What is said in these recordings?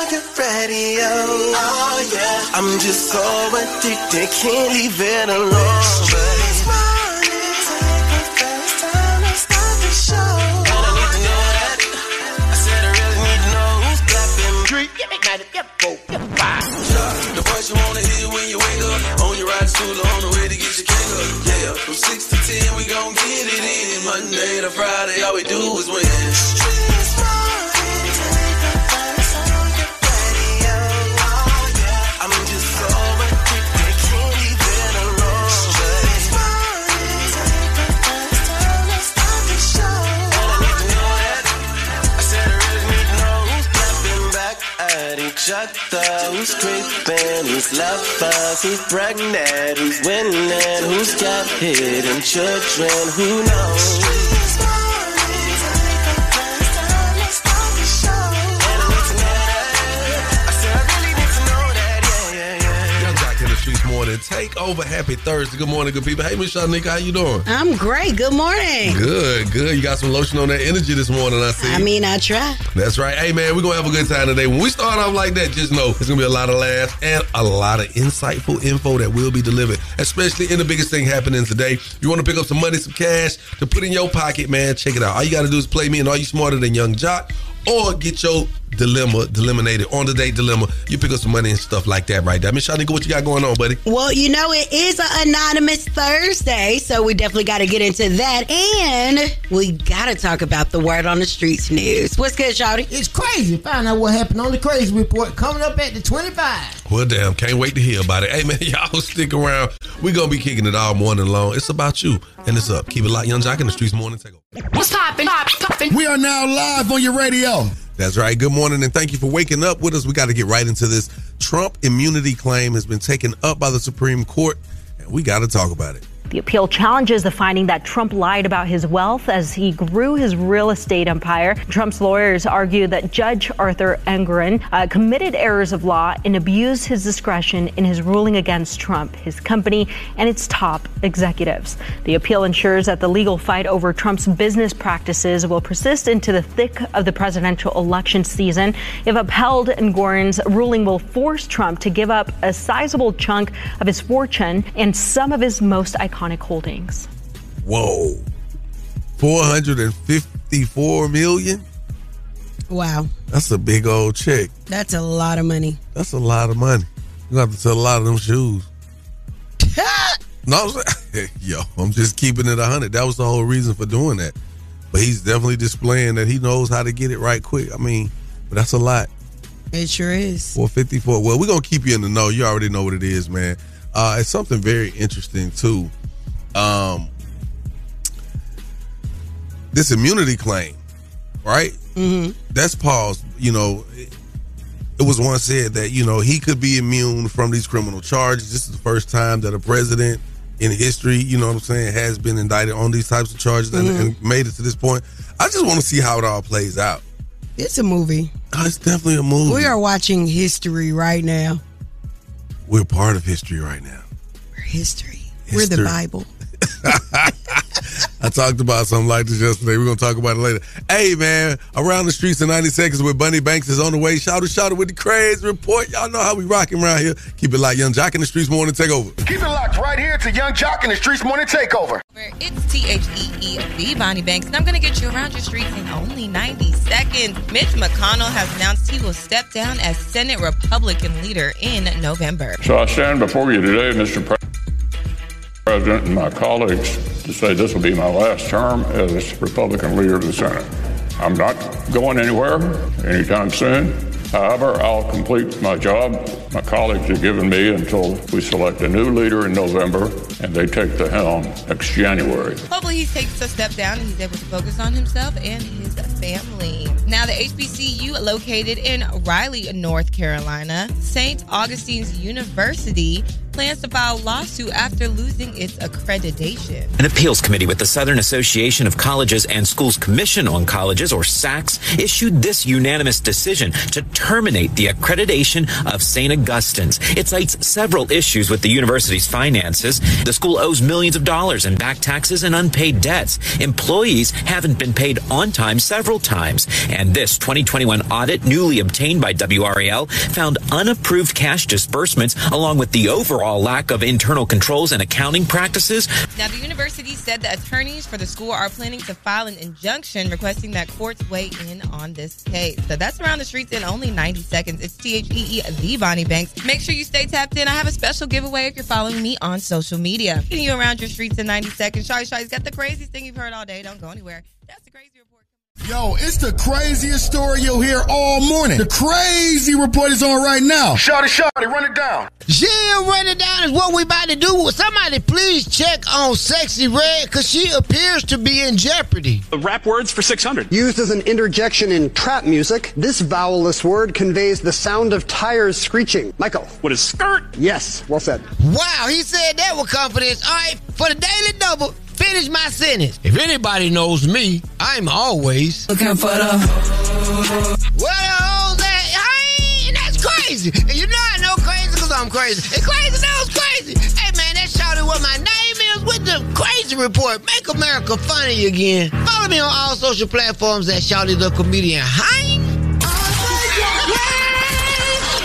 radio. Oh yeah. I'm just so addicted, can't leave it alone. But it's morning, take the first time I stop the show. And I need to know that. I said I really need to know who's clapping. Drink, get me night, get both, get five. The voice you wanna hear when you wake up. On your ride stool, on the way to get your cake up. Yeah, from six to ten, we gon' get it in. Monday to Friday, all we do is win. Streets rolling, take the first on your radio. Oh, yeah. I'm just so addicted, can't leave it alone. Streets rolling, take the first time I stop the show. And I need to know that. I said I really need to know who's clapping back at each other, who's creeping, who's lovers, who's pregnant, who's winning, who's got hidden children, who knows? And I need to know that. I said I really need to know that, yeah, yeah, yeah. Young Doc in the streets morning. Take over. Happy Thursday. Good morning, good people. Hey, Miss Shanika, how you doing? I'm great. Good morning. Good, good. You got some lotion on that energy this morning, I see. I mean, I try. That's right. Hey, man, we're going to have a good time today. When we start off like that, just know it's going to be a lot of laughs and a lot of insightful info that will be delivered, especially in the biggest thing happening today. You want to pick up some money, some cash to put in your pocket, man, check it out. All you got to do is play me and Are You Smarter Than Young Jock or get your dilemma deliminated on the day dilemma. You pick up some money and stuff like that right there. Miss Shanika, what you got going on, buddy? Well, you know, it is an anonymous Thursday, so we definitely got to get into that. And we got to talk about the word on the streets news. What's good, Shawty? It's crazy. Find out what happened on the crazy report coming up at the 25. Well, damn, can't wait to hear about it. Hey, man, y'all stick around. We're going to be kicking it all morning long. It's about you, and it's up. Keep it locked. Young Jock in the streets morning. Take over. What's poppin'? Pop, poppin'? We are now live on your radio. That's right. Good morning, and thank you for waking up with us. We got to get right into this. Trump immunity claim has been taken up by the Supreme Court, and we got to talk about it. The appeal challenges the finding that Trump lied about his wealth as he grew his real estate empire. Trump's lawyers argue that Judge Arthur Engren uh, committed errors of law and abused his discretion in his ruling against Trump, his company, and its top executives. The appeal ensures that the legal fight over Trump's business practices will persist into the thick of the presidential election season. If upheld, Engren's ruling will force Trump to give up a sizable chunk of his fortune and some of his most iconic holdings. Whoa, four hundred and fifty-four million. Wow, That's a big old check. that's a lot of money. That's a lot of money. You have to sell a lot of them shoes. No, I'm saying, yo, I'm just keeping it hundred. That was the whole reason for doing that. But he's definitely displaying that he knows how to get it right quick. I mean, but that's a lot. it sure is. 454. Well, we're gonna keep you in the know. You already know what it is, man. Uh, it's something very interesting too. Um, this immunity claim, right? Mm-hmm. That's Paul's. You know, it, it was once said that you know he could be immune from these criminal charges. This is the first time that a president in history, you know what I'm saying, has been indicted on these types of charges Mm-hmm. and, and made it to this point. I just want to see how it all plays out. It's a movie. Oh, It's definitely a movie. We are watching history right now. We're part of history right now. We're history. We're the History. Bible. I talked about something like this yesterday. We're gonna talk about it later. Hey man, around the streets in 90 seconds with Bunny Banks is on the way. Shout out, shout out with the craze report. Y'all know how we rocking around here. Keep it like young Jock in the streets morning take over. Keep it locked right here to Young Jock and the Streets Morning Takeover. It's T H E E V Bonnie Banks, and I'm going to get you around your streets in only 90 seconds. Mitch McConnell has announced he will step down as Senate Republican leader in November. So I stand before you today, Mr. Pre- President, and my colleagues to say this will be my last term as Republican leader of the Senate. I'm not going anywhere anytime soon. However, I'll complete my job. My colleagues have given me until we select a new leader in November and they take the helm next January. Hopefully, he takes a step down and he's able to focus on himself and his family. Now, the HBCU located in Raleigh, North Carolina, St. Augustine's University plans to file lawsuit after losing its accreditation. An appeals committee with the Southern Association of Colleges and Schools Commission on Colleges, or SACS, issued this unanimous decision to terminate the accreditation of St. Augustine's. It cites several issues with the university's finances. The school owes millions of dollars in back taxes and unpaid debts. Employees haven't been paid on time several times. And this 2021 audit, newly obtained by WRAL, found unapproved cash disbursements along with the overall lack of internal controls and accounting practices. Now, the university said the attorneys for the school are planning to file an injunction requesting that courts weigh in on this case. So that's around the streets in only 90 seconds. It's THPE, E, the Bonnie Banks. Make sure you stay tapped in. I have a special giveaway if you're following me on social media. Getting you around your streets in 90 seconds. Shawty Shawty's got the craziest thing you've heard all day. Don't go anywhere. That's the crazy report. Yo, it's the craziest story you'll hear all morning. The crazy report is on right now. Shorty, shorty, run it down. Yeah, run it down is what we about to do. Somebody please check on Sexy Red because she appears to be in jeopardy. Rap words for 600. Used as an interjection in trap music, this vowelless word conveys the sound of tires screeching. Michael. What is skirt? Yes, well said. Wow, he said that with confidence. All right, for the Daily Double, finish my sentence. If anybody knows me, I'm always looking for the What the hoes that? Hey, that's crazy. And you know I know crazy because I'm crazy. And crazy knows crazy. Hey man, that shouted what my name is with the crazy report. Make America funny again. Follow me on all social platforms at Shouty the Comedian. Hi.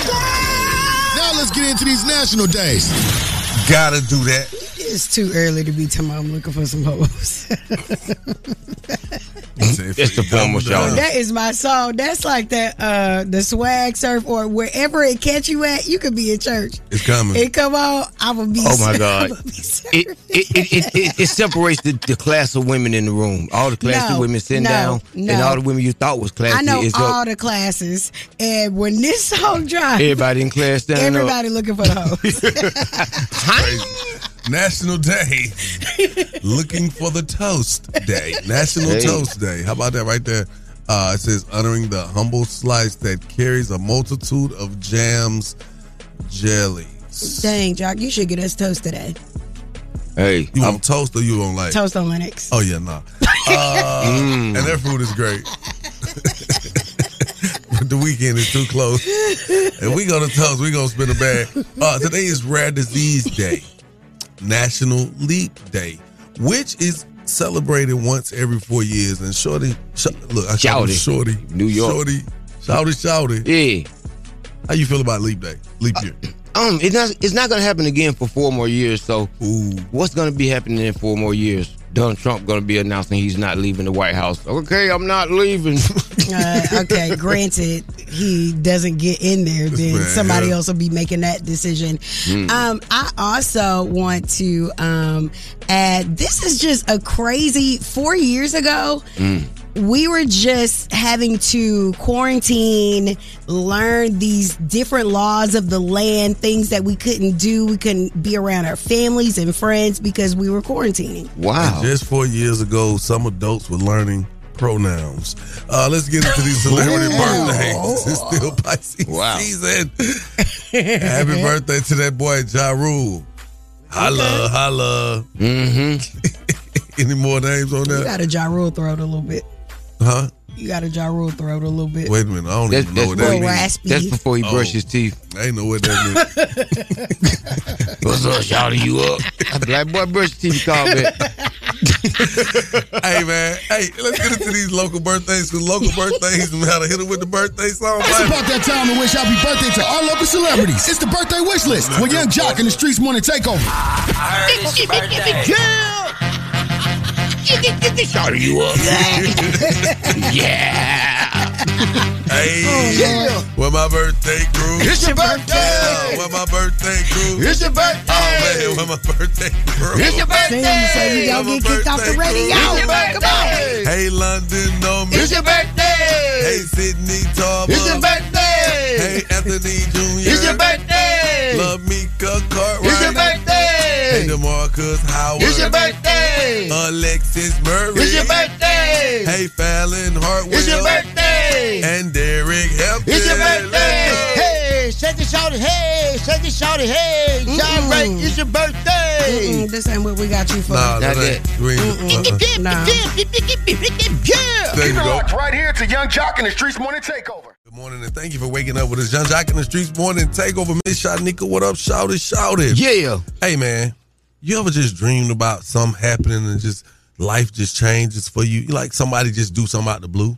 Now let's get into these national days. Gotta do that. It's too early to be talking. about I'm looking for some hoes. It's the formal show. that is my song. That's like that uh the swag surf or wherever it catch you at. You could be in church. It's coming. It come on. I will be. Oh my ser- God! It it, it, it, it it separates the, the class of women in the room. All the classy No, women sitting no, down, and no. all the women you thought was classy I know is all up. the classes, and when this song drops, Everybody in class standing everybody looking for the hoes. National Day. Looking for the Toast Day. National Hey. Toast Day. How about that right there? Uh, it says honoring the humble slice that carries a multitude of jams, jelly. Dang, Jock, you should get us toast today. Hey, you want toast or you want like? Toast on Linux. Oh yeah, nah. Uh, And their food is great. but the weekend is too close. If we go to Tubbs, we gonna spin a bag. Uh, today is Rare Disease Day, National Leap Day, which is celebrated once every four years. And Shorty, sh- look, I call him Shouty. Shorty, New York. Shorty, Shouty, Shouty. Yeah. How you feel about Leap Day? Leap year. Um, it's not it's not gonna happen again for four more years. So, what's gonna be happening in four more years? Donald Trump gonna be announcing he's not leaving the White House. Okay, I'm not leaving. Uh, okay, granted, he doesn't get in there, then Man, somebody yeah. else will be making that decision. Mm. Um, I also want to um, add this is just a crazy four years ago. We were just having to quarantine, learn these different laws of the land, things that we couldn't do. We couldn't be around our families and friends because we were quarantining. Wow. just four years ago, some adults were learning pronouns. Uh, let's get into these celebrity Wow. birthdays. It's still Pisces Wow. season. Happy birthday to that boy Ja Rule. Holla, holla. Mm-hmm. Any more names on You that? got a Ja Rule throat a little bit. Huh? You got a Ja Rule throat a little bit. Wait a minute. I don't That's- even know what that's that means. before- that's before he brushed his teeth. I ain't know what that Oh. means. What's up, shouting you up? I be like, boy, brush your teeth, call back. hey man, hey, let's get into these local birthdays because local birthdays, we gotta hit them with the birthday song. It's about that time to wish happy birthday to all local celebrities. It's the birthday wish list with Young Jock and the Streets Morning Takeover. Shouty, you up? yeah. Hey, Oh, Yeah. where my birthday crew? It's your birthday. Oh, where my birthday crew? It's your birthday. Oh man, where my birthday crew? It's your birthday. So you don't Where my get kicked off the birthday radio. crew? It's your Come on. birthday. Hey London, no me. It's your birthday. Hey Sydney Tarbell. It's your birthday. Hey Anthony Jr. It's your birthday. Love Mika Cartwright. It's your birthday. Hey DeMarcus Howard. It's your birthday. Alexis Murray. It's your birthday. Hey Fallon Hartwell. It's your birthday. And Derek Hepburn. It's your birthday. Hey, shake it, shout it, hey, shake it, shout it, hey. John Ray, it's your birthday. This ain't what we got you for. Nah, that ain't. we ain't- uh-uh. There you Keep it go. locked right here to Young Jock and the Streets Morning Takeover. Good morning and thank you for waking up with us. John Jock in the streets morning takeover. Miss Shanika, what up? Shout it, shout it. Yeah. Hey man, you ever just dreamed about something happening and just life just changes for you? Like somebody just do something out the blue?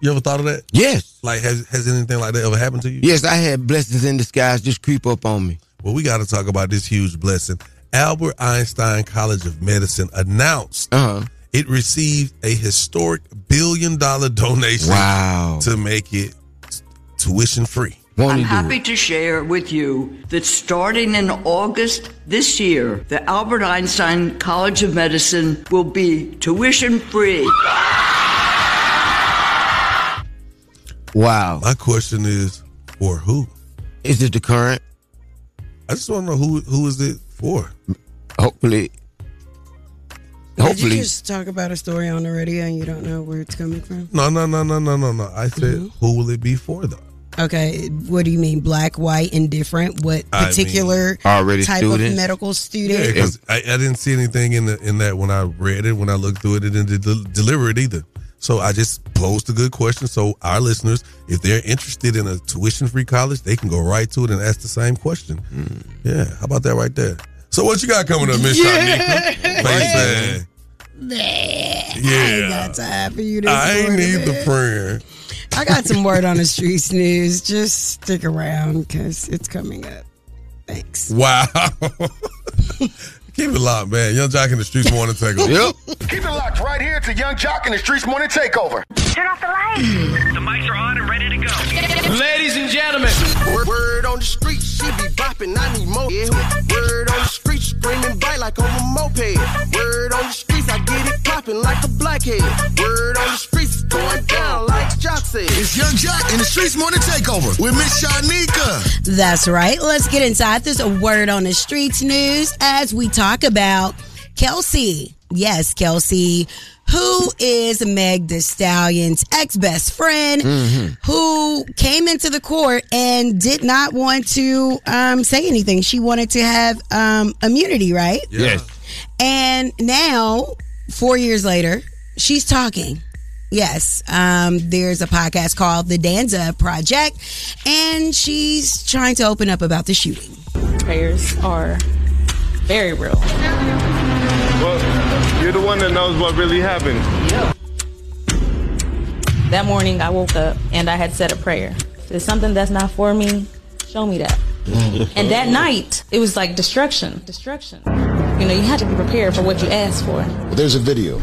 You ever thought of that? Yes. Like has has anything like that ever happened to you? Yes, I had blessings in disguise just creep up on me. Well, we got to talk about this huge blessing. Albert Einstein College of Medicine announced it received a historic billion dollar donation to make it tuition free. I'm happy to share with you that starting in August this year, the Albert Einstein College of Medicine will be tuition free. Wow. My question is for who? Is it the current? I just want to know who who is it for? Hopefully. Did you Hopefully. just talk about a story on the radio and you don't know where it's coming from? No, no, no, no, no, no, no. I said who will it be for though? Okay, what do you mean black, white, and different? What I mean, particular already type students. of medical Yeah, student? because I, I didn't see anything in the in that when I read it, when I looked through it, it didn't del- deliver it either. So I just posed a good question. So our listeners, if they're interested in a tuition-free college, they can go right to it and ask the same question. Yeah, how about that right there? So what you got coming up, Miss Yeah. Shanika? Thanks, I Yeah. ain't got time for you man. this I morning, need the man. prayer. I got some word on the streets news. Just stick around because it's coming up. Wow. Keep it locked, man. Young Jock in the streets morning takeover. yep. Keep it locked right here to Young Jock and the Streets Morning Takeover. Turn off the lights. The mics are on and ready to go. Ladies and gentlemen. Word, word on the street, she be bopping, I need more. Yeah. Word on the street, screaming bright like on a moped. Word on the streets, I get it popping like a blackhead. Word on the streets, it's going down like Jock said. It's Young Jock and the Streets Morning Takeover with Miss Shanika. That's right. Let's get inside this word on the streets news as we talk about Kelsey. Yes, Kelsey, who is Meg the Stallion's ex best friend, Mhm. who came into the court and did not want to um, say anything. She wanted to have um, immunity, right? Yes. And now, four years later, she's talking. Yes, um, there's a podcast called The Danza Project, and she's trying to open up about the shooting. Prayers are very real. Well, you're the one that knows what really happened. That morning, I woke up and I had said a prayer. There's something that's not for me. Show me that. Mm-hmm. And that night, it was like destruction, destruction. You know, you had to be prepared for what you asked for. Well, there's a video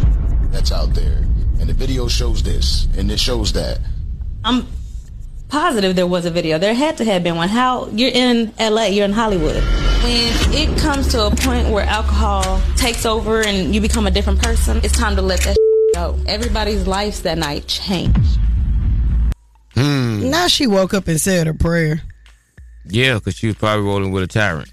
that's out there, and the video shows this, and it shows that. I'm positive there was a video. There had to have been one. How you're in LA, you're in Hollywood. When it comes to a point where alcohol takes over and you become a different person, it's time to let that go. Everybody's lives that night changed. Now she woke up and said a prayer. Hmm. Yeah, because she was probably rolling with a tyrant.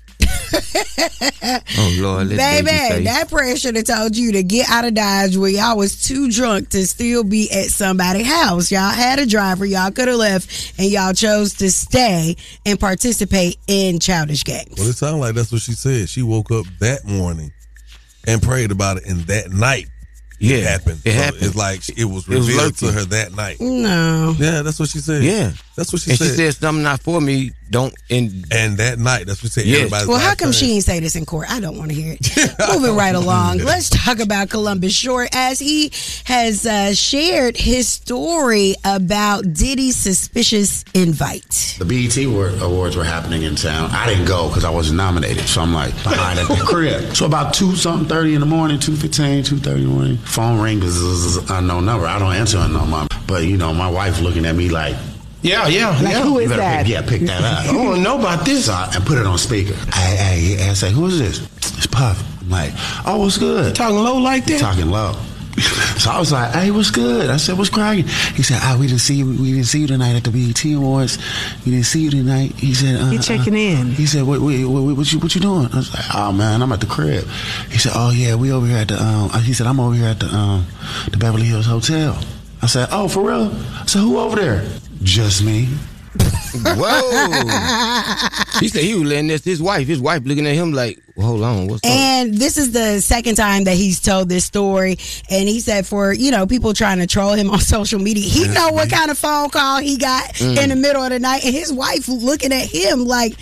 oh, Lord. This Baby, say- that prayer should have told you to get out of Dodge where y'all was too drunk to still be at somebody's house. Y'all had a driver, y'all could have left, and y'all chose to stay and participate in childish games. Well, it sounded like that's what she said. She woke up that morning and prayed about it, and that night it happened. It happened. It's like it was It was revealed to lurking. her that night. No. Yeah, that's what she said. Yeah. that's what she and said. she said something not for me. Don't and and that night, that's what she said. Everybody's Well, how come she ain't say this in court? I don't want to hear it. Moving right along, let's talk about Columbus Short as he has uh, shared his story about Diddy's suspicious invite. The BET wor- awards were happening in town. I didn't go because I wasn't nominated, so I'm like behind at the crib. So about two something thirty in the morning, 2.15, 2.30 in the morning, phone rings. This is an unknown number. I don't answer unknown number, but you know my wife looking at me like. Yeah, yeah, Like, yeah. who You is better that? Pick, yeah, pick that up. I don't want to know about this. So I, and put it on speaker. I, I, I say, who is this? It's Puff. I'm like, oh, what's good? Talking low like that? Talking low. So I was like, "Hey, what's good?" I said, "What's cracking?" He said, "Ah, we didn't see you. We didn't see you tonight at the BET Awards. We didn't see you tonight." He said, uh, He checking in." He said, what, what, what, what you what you doing?" I was like, "Oh man, I'm at the crib." He said, "Oh yeah, we over here at the." Um, he said, "I'm over here at the um, the Beverly Hills Hotel." I said, "Oh, for real?" I said, "Who over there?" Just me. Whoa. he said he was letting this to his wife. His wife looking at him like, hold on, what's up? And this is the second time that he's told this story. And he said, for you know, people trying to troll him on social media, he know what kind of phone call he got Mm. in the middle of the night, and his wife looking at him like,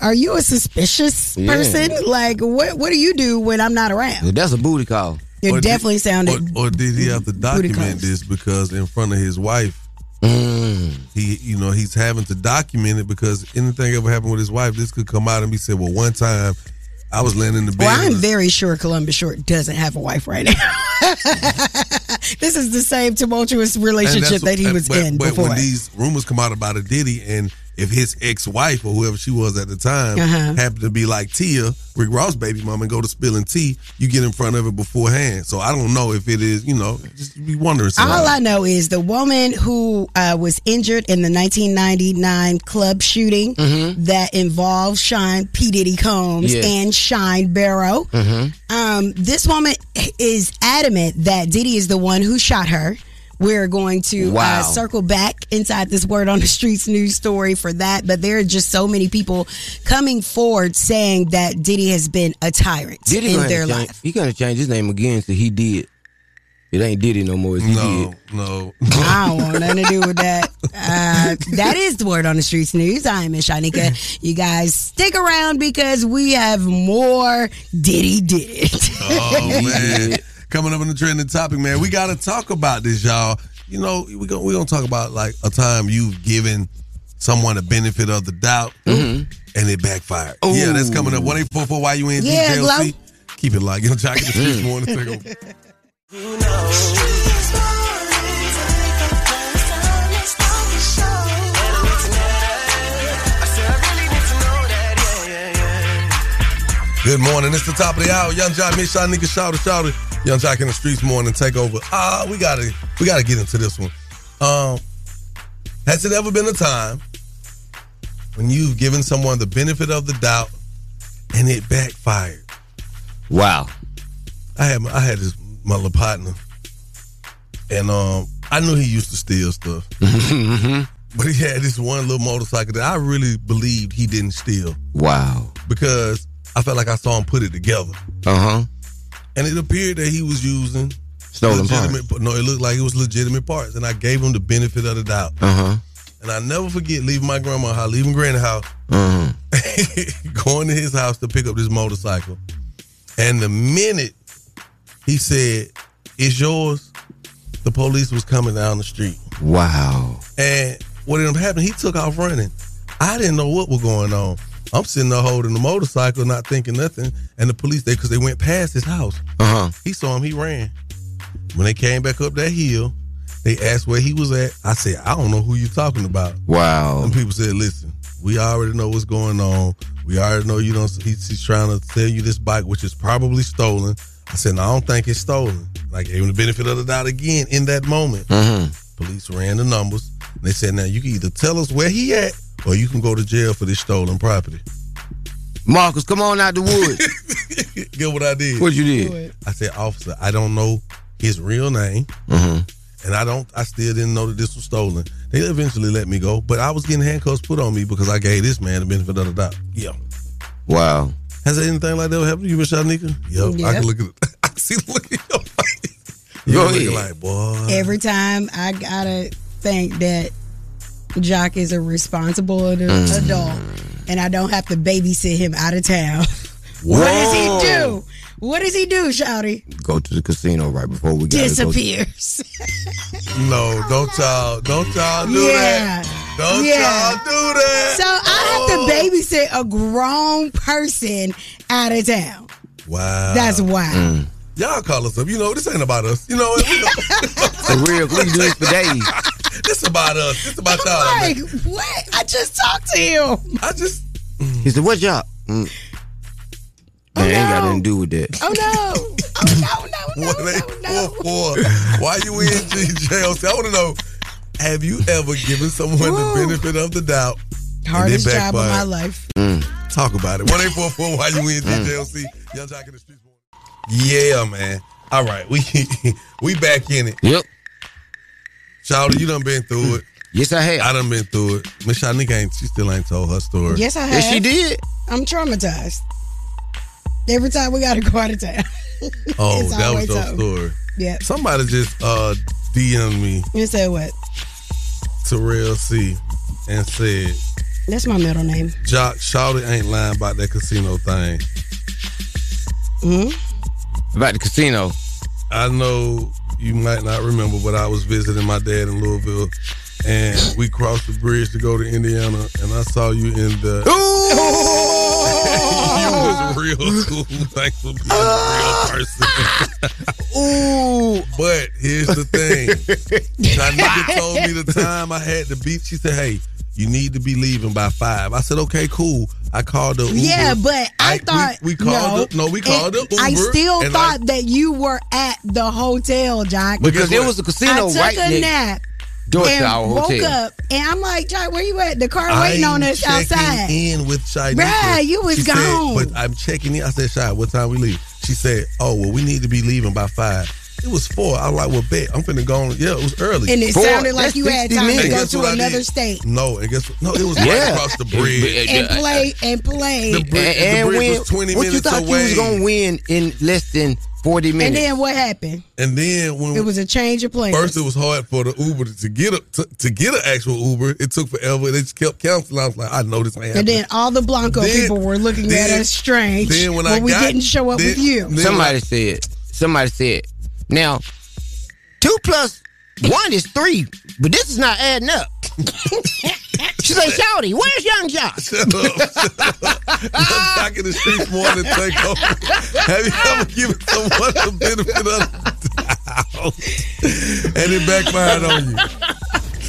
"Are you a suspicious Yeah. person? Like, what what do you do when I'm not around?" Well, that's a booty call. It definitely sounded. Or, or did he have to document this because in front of his wife, Mm. he you know he's having to document it because anything ever happened with his wife, this could come out and be said. Well, one time I was laying in the bed. Well, I'm very sure Columbus Short doesn't have a wife right now. this is the same tumultuous relationship And that's- that he was but, in but before. when these rumors come out about a Diddy and if his ex-wife or whoever she was at the time Uh-huh. happened to be like Tia, Rick Ross' baby mama, and go to spilling tea, you get in front of it beforehand. So I don't know if it is, you know, just be wondering. All sometimes. I know is the woman who uh, was injured in the 1999 club shooting Mm-hmm. Mhm. that involved Shine P. Diddy Combs Yes. and Shine Barrow. Mm-hmm. Um, this woman is adamant that Diddy is the one who shot her. We're going to Wow. uh, circle back inside this word on the streets news story for that. But there are just so many people coming forward saying that Diddy has been a tyrant Diddy in gonna their change, life. He gonna change his name again so he did. It ain't Diddy no more. It's he No, did. no. I don't want nothing to do with that. Uh, that is the word on the streets news. I am Miss Shanika. You guys stick around because we have more Diddy Did It. Oh man! Coming up on the trending topic, man, we got to talk about this, y'all. You know, we gonna we gonna talk about like a time you've given someone the benefit of the doubt Mm-hmm. and it backfired. Yeah, that's coming up. One eight four four Y U N D Yeah, J Glo. L C. Keep it locked. You're jacking the streets morning. Take over. Good morning. It's the top of the hour. Young Jock, Miss Shaw, nigga, shout it, shout it. Young Jock in the streets morning. Take over. Ah, we gotta we gotta get into this one. Um, has it ever been a time when you've given someone the benefit of the doubt and it backfired? Wow. I had my, I had this my little partner, and um, I knew he used to steal stuff. Mm-hmm. But he had this one little motorcycle that I really believed he didn't steal Wow. because I felt like I saw him put it together, Uh huh. and it appeared that he was using Stolen legitimate. No, it looked like it was legitimate parts, and I gave him the benefit of the doubt. Uh huh. And I never forget leaving my grandma house, leaving Granny house, Uh going to his house to pick up this motorcycle. And the minute he said, It's yours, the police was coming down the street. huh. Wow. And what ended up happening, he took off running. I didn't know what was going on. I'm sitting there holding the motorcycle, not thinking nothing. And the police, they because they went past his house. Uh huh. He saw him, he ran. When they came back up that hill, they asked where he was at. I said, I don't know who you're talking about. Wow. And people said, listen, we already know what's going on. We already know you don't. He's, he's trying to sell you this bike, which is probably stolen. I said, no, I don't think it's stolen. And I gave him the benefit of the doubt again in that moment. Mhm. Police ran the numbers. And they said, now you can either tell us where he at or you can go to jail for this stolen property. Marcus, come on out the woods. Get what I did? What you did? I said, officer, I don't know his real name. Uh and I don't. I still didn't know that this was stolen. They eventually let me go, but I was getting handcuffs put on me because I gave this man the benefit of the doubt. Yeah. huh. Wow. Has anything like that happened to you, Miss Shanika? Yep. I can look at. I can see the look at your face. Go You're ahead. looking like boy. Every time I gotta think that Jock is a responsible ad- Mm. adult and I don't have to babysit him out of town. what does he do? What does he do, Shouty? Go to the casino right before we got Disappears. No, don't y'all, don't y'all do Yeah. that. Don't Yeah. y'all do that. Oh. So I have to babysit a grown person out of town. Wow. That's wild. Mm. Y'all call us up. You know, this ain't about us. You know, for real, we do this for days. This about us. This about y'all. man. Like, what? I just talked to him. I just. He said, "What's up?" Mm. Man, ain't got nothing to do with that. Oh no. One eight four four. Why you in GJ? I want to know. Have you ever given someone the benefit of the doubt? and it Hardest job of my backfired? life. Mm. Talk about it. One eight four four. Why you in Mm. GJLC? Young Jock in the streets. Yeah, man. All right, we we back in it. Yep. Charlie, you done been through it. Yes, I have. I done been through it. Miss Shanika ain't. She still ain't told her story. Yes, I have. I'm traumatized. Every time we gotta go out of town. Oh, It's that was always your told. story. Yeah. Somebody just uh DM me You said what? Terrell C and said That's my middle name. Jock Shawty ain't lying about that casino thing. hmm About the casino. I know you might not remember, but I was visiting my dad in Louisville, and we crossed the bridge to go to Indiana, and I saw you in Oh, the. you was real cool. Thanks for being Uh, a real person. Ooh. But here's the thing. Shanika told me the time I had to beat. She said, "Hey, you need to be leaving by five. I said, "Okay, cool." I called the Uber. Yeah, but I, thought we, we called no, the, no, we called And the Uber. I still and thought that you were at the hotel, Jock. Because it was a casino I took right a next nap door to and our woke hotel. up, and I'm like, Jock, where you at? The car I'm waiting on us checking outside. in with Shanika. Bruh, you was She said, gone. but I'm checking in. I said, Shy, what time we leave? She said, Oh, well, we need to be leaving by five. It was four. I was like, well, bet I'm finna go on. Yeah, it was early. And it Four. sounded like That's you had 60 time to minutes. go Guess to what I another did? state No, and guess what? No, it was right Yeah. across the bridge. and play and play. The bridge, the bridge was 20 what you minutes thought you away. was gonna win in less than forty and minutes? then what happened? And then when It was a change of plans. First, it was hard for the Uber to get a, to, to get an actual Uber. It took forever. They just kept counseling. I was like, I know this ain't happening. and then all the Blanco Then- people were looking then- at us strange then when I we got- didn't show up then- with you. somebody said. Somebody said. Now, two plus one is three, but this is not adding up. she say, "Shouty, where's Young Jock?" back in the streets more than take over. Have you ever given someone the benefit of the doubt? And it backfired on you.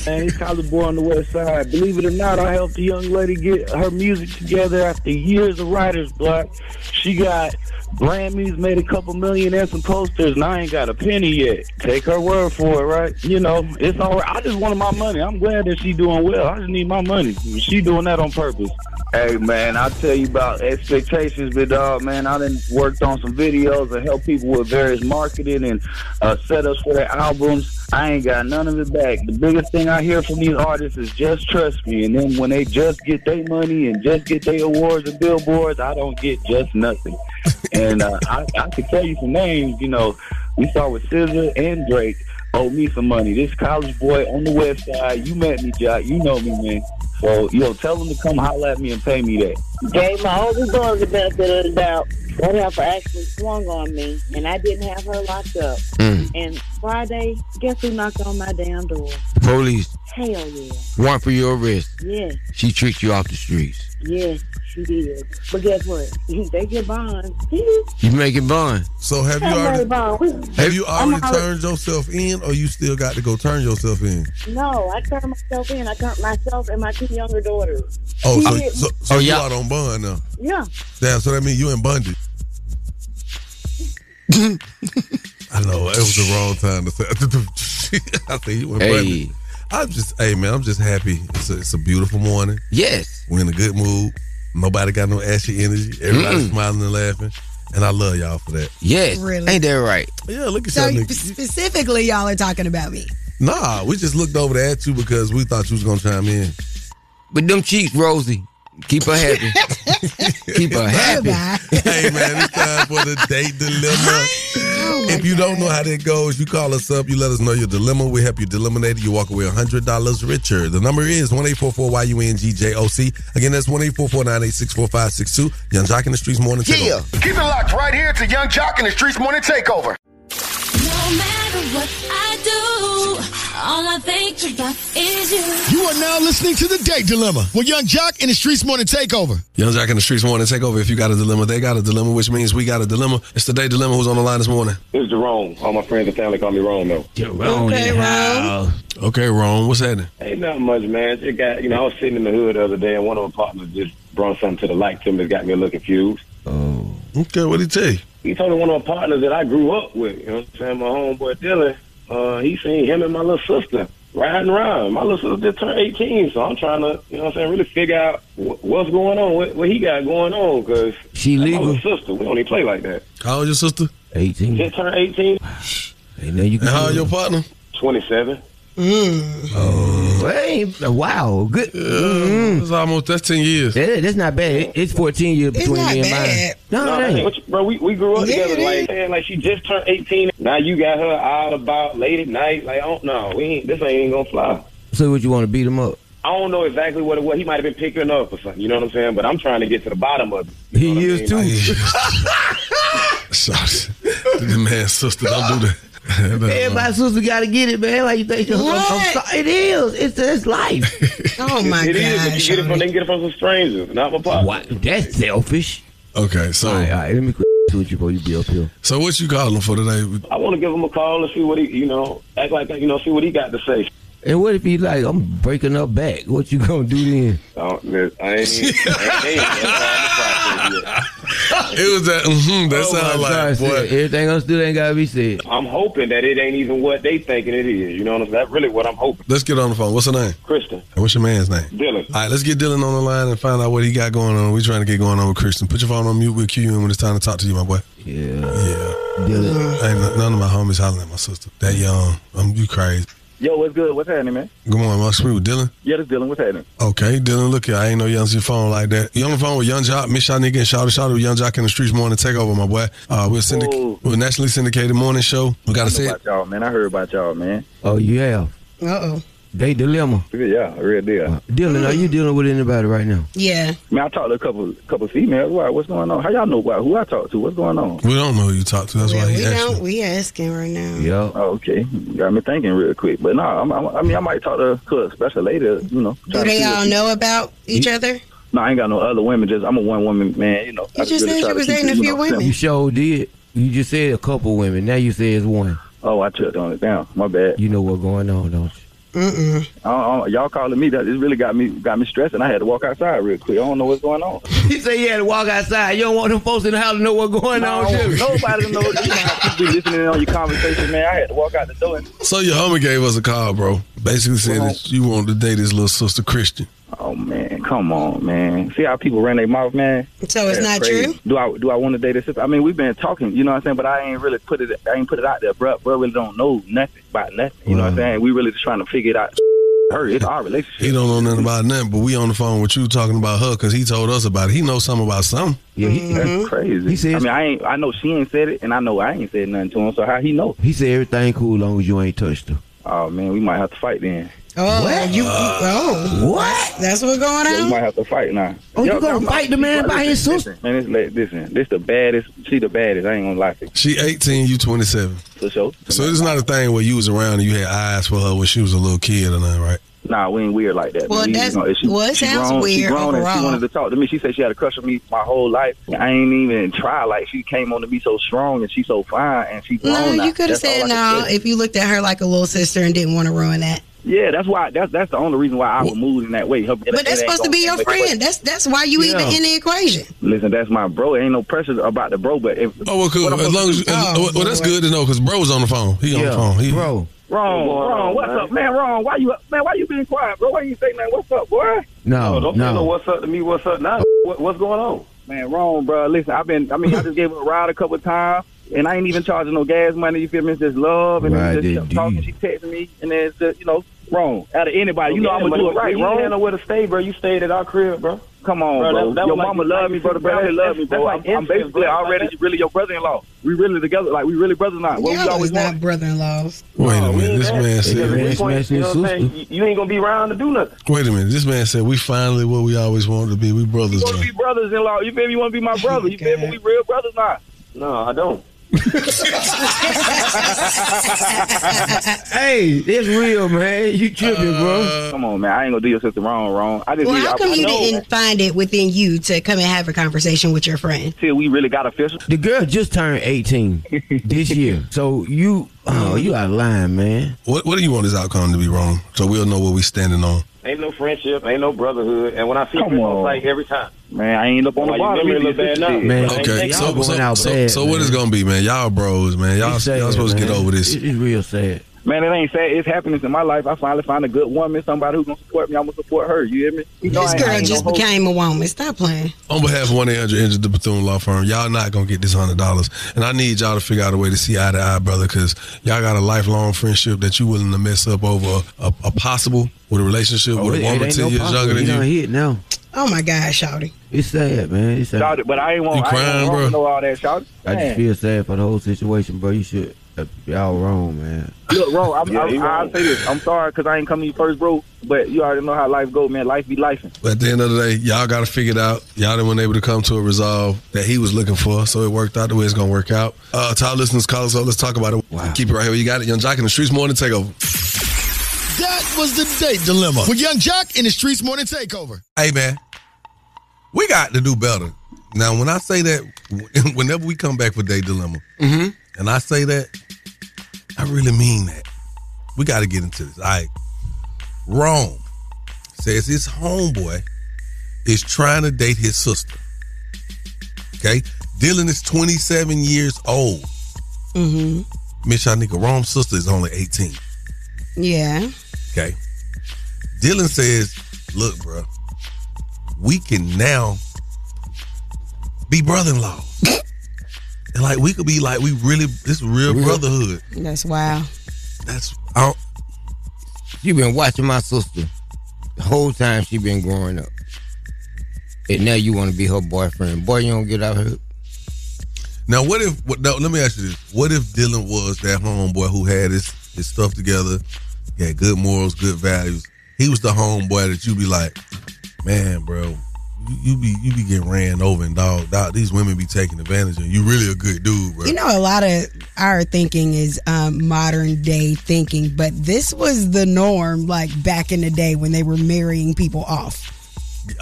Man, it's Tyler Boy on the West Side. Believe it or not, I helped a young lady get her music together after years of writer's block. She got Grammys, made a couple million and some posters, and I ain't got a penny yet. Take her word for it, right? You know, it's all right. I just wanted my money. I'm glad that she doing well. I just need my money. She doing that on purpose. Hey man, I tell you about expectations, but dog, man, I done worked on some videos and helped people with various marketing and uh, setups for their albums. I ain't got none of it back. The biggest thing I hear from these artists is just trust me. And then when they just get their money and just get their awards and billboards, I don't get just nothing. and uh, I, I can tell you some names. You know, we start with SZA and Drake. Owe me some money. This college boy on the west side. You met me, Jock. You know me, man. So you know, tell them to come holler at me and pay me that. Gave my older daughter the benefit of the doubt. That helper actually swung on me, and I didn't have her locked up. Mm. And Friday, guess who knocked on my damn door? Police Hell yeah. one for your arrest. Yes, She tricked you off the streets. yes, she did. But guess what? they get bonds. You making bond. So have you Everybody already bonds. have you I'm already turned yourself in, or you still got to go turn yourself in? No, I turned myself in. I turned myself and my two younger daughters. Oh, so, Yeah. so, so you out on bond now? Yeah. Damn, so that means you in bondage. I know it was the wrong time to say. I think you went Hey. bondage. I'm just, hey man, I'm just happy. It's a, it's a beautiful morning. Yes, we're in a good mood. Nobody got no ashy energy. Everybody's Mm-mm. smiling and laughing, and I love y'all for that. Yes, Really? ain't that right? Yeah, look at So y'all niggas. specifically, y'all are talking about me. Nah, we just looked over at you because we thought you was gonna chime in. But them cheeks, Rosie, keep her happy. keep her happy. hey man, it's time for the date dilemma. if you don't know how that goes, you call us up. You let us know your dilemma. We help you deliminate it. You walk away hundred dollars richer. The number is one eight four four Y U N G J O C. Again, that's one eight four four nine eight six four five six two. Young Jock in the streets morning. Take over. Keep it locked right here to Young Jock and the Streets Morning Takeover. No matter what I do, all I think about is you. You are now listening to The Date Dilemma with Young Jock and the Streets Morning Takeover. Young Jock in the streets morning. Take over. If you got a dilemma, they got a dilemma, which means we got a dilemma. It's the day dilemma. Who's on the line this morning? It's Jerome. All my friends and family call me Rome, though. Jerome. Okay, Rome. Okay, wrong. What's happening? Ain't not much, man. It got you know. I was sitting in the hood the other day, and one of my partners just brought something to the light to me. It got me a little confused. Oh. Okay, what did he tell you? He told me one of my partners that I grew up with. You know what I'm saying? My homeboy Dylan. Uh, he seen him and my little sister riding around. My little sister just turned 18, so I'm trying to, you know what I'm saying, really figure out wh- what's going on, what, what he got going on, because she legal. My little sister, we don't even play like that. How old your sister? 18. Just turned 18. Ain't no you and how old your partner? 27. Oh, Hey, uh, wow, good. It's almost that's ten years. Yeah, that's not bad. It- it's fourteen years between me and mine. No, no, it that's ain't. it. What you- bro, we, we grew up Yeah, together. it Like, is. saying, like she just turned eighteen. Now you got her out about late at night. Like, oh no, we ain't, this ain't gonna fly. So would you want to beat him up? I don't know exactly what it was. He might have been picking up or something. You know what I'm saying? But I'm trying to get to the bottom of it. He used to. the man's sister, don't do that. Everybody's sister gotta get it, man. Like you think I'm- I'm sorry. it is. It's it's life. oh my It is. If gosh, you get it from, they can get it from some strangers. Not my problem. That's selfish. Okay, so all right, all right let me quit with you before you be up here. So what you calling for today? I want to give him a call and see what he, you know, act like you know, see what he got to say. And what if he like, I'm breaking up back? What you gonna do then? Oh, man, I ain't. I ain't- I ain't in the process yet. It was that. Mm-hmm, that Oh, my God, see, Everything else still ain't gotta be said. I'm hoping that it ain't even what they thinking it is. You know what I'm saying? That's really what I'm hoping. Let's get on the phone. What's her name? Kristen, And What's your man's name? Dylan. All right, let's get Dylan on the line and find out what he got going on. We're trying to get going on with Christian. Put your phone on mute. We'll cue you in when it's time to talk to you, my boy. Yeah. Yeah. Dylan. Ain't no- none of my homies hollering at my sister. That young. Um, you crazy. Yo, what's good? What's happening, man? Good morning, Mark. Speak with Dylan. Yeah, this Dylan. What's happening? Okay, Dylan, look here. I ain't know you on your phone like that. You on the phone with Young Jock, Miss Shanika, and Shout Shout with Young Jock in the Streets Morning Takeover, my boy. Uh, we're, syndic- we're a nationally syndicated morning show. We got to I know say it. about y'all, man. I heard about y'all, man. Oh yeah. Uh oh. They dilemma. Yeah, real deal. Dylan, are you dealing with anybody right now? Yeah. Man, I talked to a couple couple females. Why? What's going on? How y'all know why? Who I talk to? What's going on? We don't know who you talk to. That's why We don't. We asking right now. Yeah. Oh, okay. Got me thinking real quick. But no, I'm, I'm, I mean, I might talk to her, especially later. You know. Do they all know about each other? No, I ain't got no other women. Just I'm a one woman man. You know. I just really said try you to was keep it, dating a you few know, simple. You sure did. You just said a couple women. Now you say it's one. Oh, I took on it down. My bad. You know what's going on, don't you? Mm-mm. I, I, y'all calling me that? It really got me got me stressing. I had to walk outside real quick. I don't know what's going on. He said you had to walk outside. You don't want them folks in the house to know what's going No, on. Jimmy. nobody know. You know how people be listening in on your conversation, man. I had to walk out the door. And, So your homie gave us a call, bro. Basically said that you wanted to date his little sister Christian. oh man, come on, man. See how people run their mouth, man. So it's not true? Do I do I want to date a sister? I mean, we've been talking, you know what I'm saying, but I ain't really put it. I ain't put it out there, bro. Bro, really don't know nothing about nothing. You know what I'm saying? We really just trying to figure it out. Her, it's our relationship. He don't know nothing about nothing, but we on the phone with you talking about her because he told us about it. He knows something about something. Yeah, he, Mm-hmm. That's crazy. I mean, I ain't. I know she ain't said it, and I know I ain't said nothing to him. So how he know? He said everything cool long as you ain't touched her. Oh man, we might have to fight then. Oh, you. oh, what? That's what's going Yeah, on. we might have to fight now. Oh, you Yo, gonna I'm- fight the man by his listen, Man, this, la- listen, this the baddest. She the baddest. I ain't gonna lie to you. She 18, you 27. For sure. So it's not a thing where you was around and you had eyes for her when she was a little kid or nothing, right? Nah, we ain't weird like that. Well, man. We, that's- you know, if she, well, it she sounds grown, she weird grown And she overall. wanted to talk to me. She said she had a crush on me my whole life. I ain't even try. Like she came on to be so strong and she so fine and she grown. No, now. you could have That's all said I can no say. if you looked at her like a little sister and didn't want to ruin that. Yeah, that's why. That's that's the only reason why I was moved in that way. Her- it- But it ain't that's supposed to gonna be your make a way. friend. That's that's why you Yeah. even in the equation. Listen, that's my bro. Ain't no pressure about the bro, but if Oh, well, cool. what I'm As supposed long to as you, do- Oh, as- well, well, that's good to know because bro was on the phone. He on the Yeah, phone. He, bro. Wrong, What's going wrong. on, What's man? up, man? Wrong. Why you man? Why you being quiet, bro? Why you say nothing? What's up, boy? No, don't no. know what's up to me. What's up now? What, what's going on, man? Wrong, bro. Listen, I've been. I mean, I just gave her a ride a couple of times, and I ain't even charging no gas money. You feel me? It's just love, and Right, it's just they kept do. talking. She texting me, and then it's just you know wrong. Out of anybody, you know I'm Yeah, gonna do it but right. You didn't Wrong. know where to stay, bro. You stayed at our crib, bro. Come on, Bro, bro. that- that your was like- mama like love me, you bro. The said, bro, family love that's- me, that's bro. like I'm, I'm incest, basically bro. already really your brother-in-law. We really together, like we really brother-in-law. What we Y'all always is want. not brother-in-laws. Wait a minute. This man Yeah, said. man, this man You know what I'm saying? You you ain't gonna be around to do nothing. Wait a minute. This man said we finally what we always wanted to be. We brothers You want now. to be brothers-in-law. You feel me? You want to be my brother. You feel me? We real brothers-in-law. No, I don't. hey, it's real, man. You tripping, bro? Uh, Come on, man. I ain't gonna do your sister wrong, wrong. I just Well, need- how I- come I you know, didn't find it within you to come and have a conversation with your friend? Till we really got official. The girl just turned 18 this year. So you, oh, you out of line, man. What What do you want this outcome to be wrong? So we'll know what we standing on. Ain't no friendship, ain't no brotherhood. And when I see Come on. like every time. Man, I ain't up on Why the you bar. remember it look bad now? Man, Okay, Y'all so going so, out so, bad, so what man. is gonna be, man? Y'all bros, man. Y'all, It's sad, y'all supposed to get man. over this. It- It's real sad. Man, it ain't sad. It's happiness in my life. I finally found a good woman, somebody who's gonna support me. I'm gonna support her. You hear me? You know, I This ain't- I girl ain't just no hoe. became a woman. Stop playing. On behalf of 1 800 Injure the Bethune Law Firm, y'all not going to get this $100. And I need y'all to figure out a way to see eye to eye, brother, because y'all got a lifelong friendship that you willing to mess up over a, a possible with a relationship Oh, it- with a it woman ain't 10 no years possible. younger than He done you. hit now. Oh my God, Shouty. It's sad, man. It's sad. Shawty, but I ain't want. You I crying, ain't want bro? to know all that, Shawty. I Man. just feel sad for the whole situation, bro. You should uh, y'all wrong, man. Look, bro, I'm, Yeah, he I'm, I'll say this. I'm sorry because I ain't coming to you first, bro. But you already know how life go, man. Life be life. But at the end of the day, y'all got to figure it out. Y'all done weren't able to come to a resolve that he was looking for, so it worked out the way it's going to work out. Uh, to our listeners, call us up. Let's talk about it. Keep it right here. You got it. Young Jock in the Streets Morning Takeover. That was the date dilemma with Young Jock in the Streets Morning Takeover. Hey man, we got to do better. Now, when I say that, whenever we come back with Day Dilemma, and I say that, I really mean that. We got to get into this. All right. Rome says his homeboy is trying to date his sister. Okay? Dylan is 27 years old. Mm-hmm. Miss Shanika, Rome's sister is only 18. Yeah. Okay. Dylan says, look, bro, we can now be brother in law. and like we could be like we really this real brotherhood. That's wild. That's I Oh. you been watching my sister the whole time she been growing up, and now you want to be her boyfriend. Boy, you don't get out here. Now what if what no, let me ask you this. What if Dylan was that homeboy who had his his stuff together, he had good morals, good values. He was the homeboy that you be like, man, bro, you, you be you be getting ran over and dog, dog. These women be taking advantage of you. You really a good dude, bro. You know, a lot of our thinking is um, modern day thinking, but this was the norm like back in the day when they were marrying people off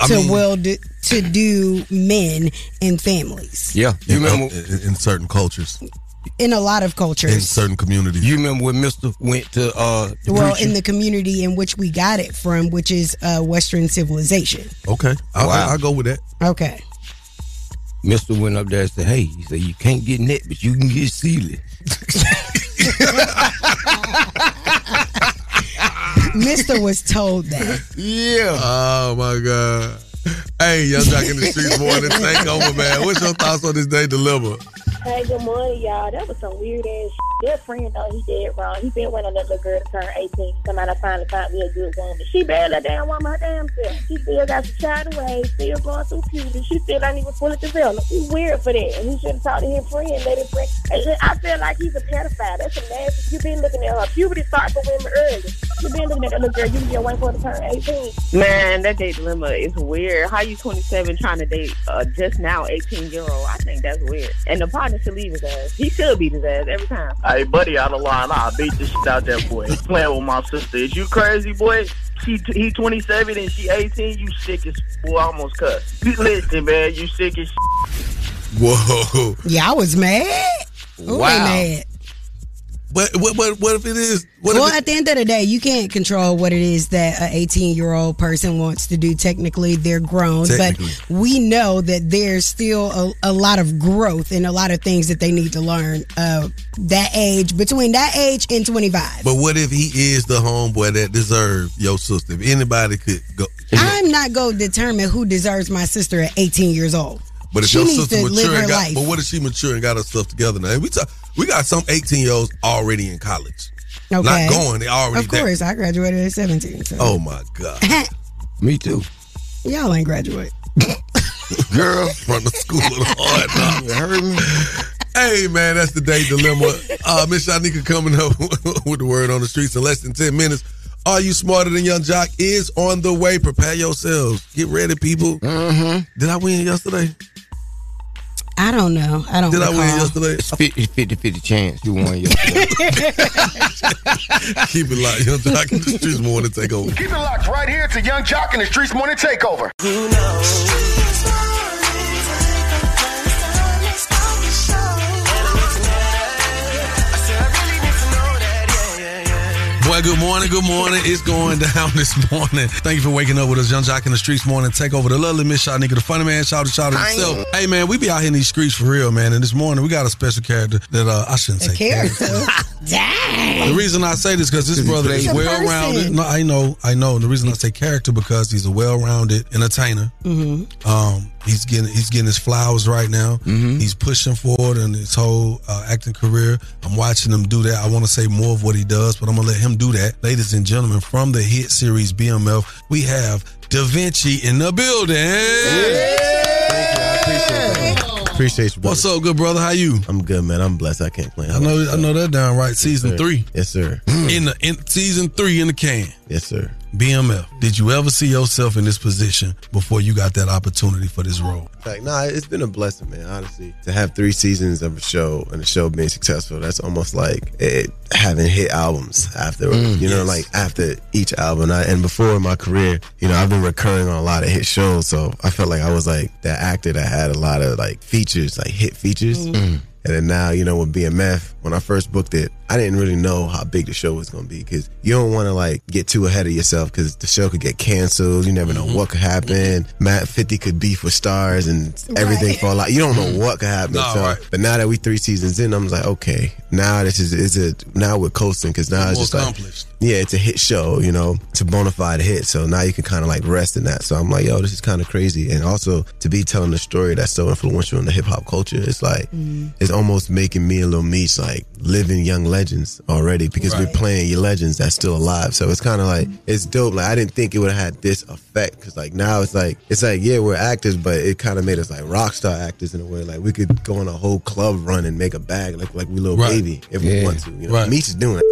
I to mean- well do, to do men and families Yeah, you remember in, in certain cultures, in a lot of in cultures. certain communities. You remember when Mister went to uh well, preaching? in the community in which we got it from, which is uh, Western civilization. Okay, I'll, Wow. I'll go with that. Okay. Mister went up there and said, "Hey, he said you can't get net, but you can get sealy." Mister was told that. Yeah. Oh my God. Hey, young jock in the streets morning take over, man. What's your thoughts on this day deliver? Hey, good morning, y'all. That was some weird ass. shit. That friend though he did wrong. He been waiting on that little girl to turn eighteen. Somebody finally found me a good woman. She bad that damn woman her damn self. She still got some child away. Still going through puberty. She still ain't even fully developed. He's weird for that, and he should have talked to his friend. Let his friend. I- I feel like he's a pedophile. That's a nasty. You been looking at her. Puberty start for women early. You been looking at that little girl. You been waiting for her to turn eighteen. Man, that date dilemma is weird. How you 27 trying to date uh, just now 18 year old? I think that's weird. And the partner should leave his ass. He should beat his ass every time. Hey, buddy, out of line. I beat the shit out that boy. He playing with my sister. Is you crazy, boy? She he 27 and she 18. You sick as boy. I almost cussed. You Listen, man, you sick as. Whoa. Yeah, I was mad. Ooh, they Wow. mad. But what, what, what if it is? What well, if it, at the end of the day, you can't control what it is that an 18 year old person wants to do. Technically, they're grown, Technically. but we know that there's still a, a lot of growth and a lot of things that they need to learn. Uh, that age, between that age and 25, but what if he is the homeboy that deserved your sister? If anybody could go, I'm not going to determine who deserves my sister at 18 years old. but if she your needs sister to live mature her and got, life. but what if she mature and got herself together now? And we talk, we got some eighteen year olds already in college, Okay. not going. They already Of course, I graduated at 17. So. There. Oh my God, me too. Y'all ain't graduate. girl from the school of hard knocks. Hey man, that's the day dilemma. Uh, Miss Shanika coming up with the word on the streets in less than ten minutes. Are you smarter than Young Jock? Is on the way. Prepare yourselves. Get ready, people. Did I win yesterday? I don't know. I don't Did I win recall. yesterday? It's 50, 50 chance you won your. Keep it locked. Young Jock in the streets morning take over. Keep it locked right here to Young Jock in the Streets Morning Takeover. You know. Boy, good morning, good morning. It's going down this morning. Thank you for waking up with us, Young Jock in the Streets morning. Take over the lovely Miss Shot Nigga, the funny man, shout out shout out Hi. himself. Hey man, we be out here in these streets for real, man. And this morning we got a special character that uh I shouldn't A say character? character. The reason I say this because this brother is He's a well rounded. person. No, I know, I know. The reason I say character because he's a well rounded entertainer. Mm-hmm. Um, he's getting he's getting his flowers right now. Mm-hmm. He's pushing forward in his whole uh, acting career. I'm watching him do that. I want to say more of what he does, but I'm gonna let him do that. Ladies and gentlemen, from the hit series BMF, we have Da Vinci in the building. Appreciate you. What's up, good brother? How you? I'm good, man. I'm blessed. I can't complain. I know, I know that down right. Season sir. three Yes, sir. in the in season three in the can. Hmm. Yes, sir. BMF, did you ever see yourself in this position before you got that opportunity for this role? Like, nah, it's been a blessing, man. Honestly, to have three seasons of a show and the show being successful, that's almost like it, having hit albums after, Mm, you know, yes. like after each album. I, and before in my career, you know, I've been recurring on a lot of hit shows, so I felt like I was like that actor that had a lot of like features, like hit features. Mm. And then now, you know, with BMF, when I first booked it, I didn't really know how big the show was going to be because you don't want to like get too ahead of yourself because the show could get canceled. You never know Mm-hmm. what could happen. Matt 50 could beef with stars and everything Right. Mm-hmm. fall out. You don't know what could happen. No, so, right. But now that we three seasons in, I'm like, okay, now this is, is it, now we're coasting because now it's More just like, accomplished. yeah, it's a hit show, you know, it's a bona fide hit. So now you can kind of like rest in that. So I'm like, yo, this is kind of crazy. And also to be telling a story that's so influential in the hip hop culture, it's like, it's almost making me and Lil Meech like living young legends already because we're playing your legends that's still alive. So it's kind of like, it's dope. Like I didn't think it would have had this effect because like now it's like, it's like, yeah, we're actors, but it kind of made us like rock star actors in a way. Like we could go on a whole club run and make a bag like, like we little Right. baby if Yeah. we want to. You know, Right. Meech is doing it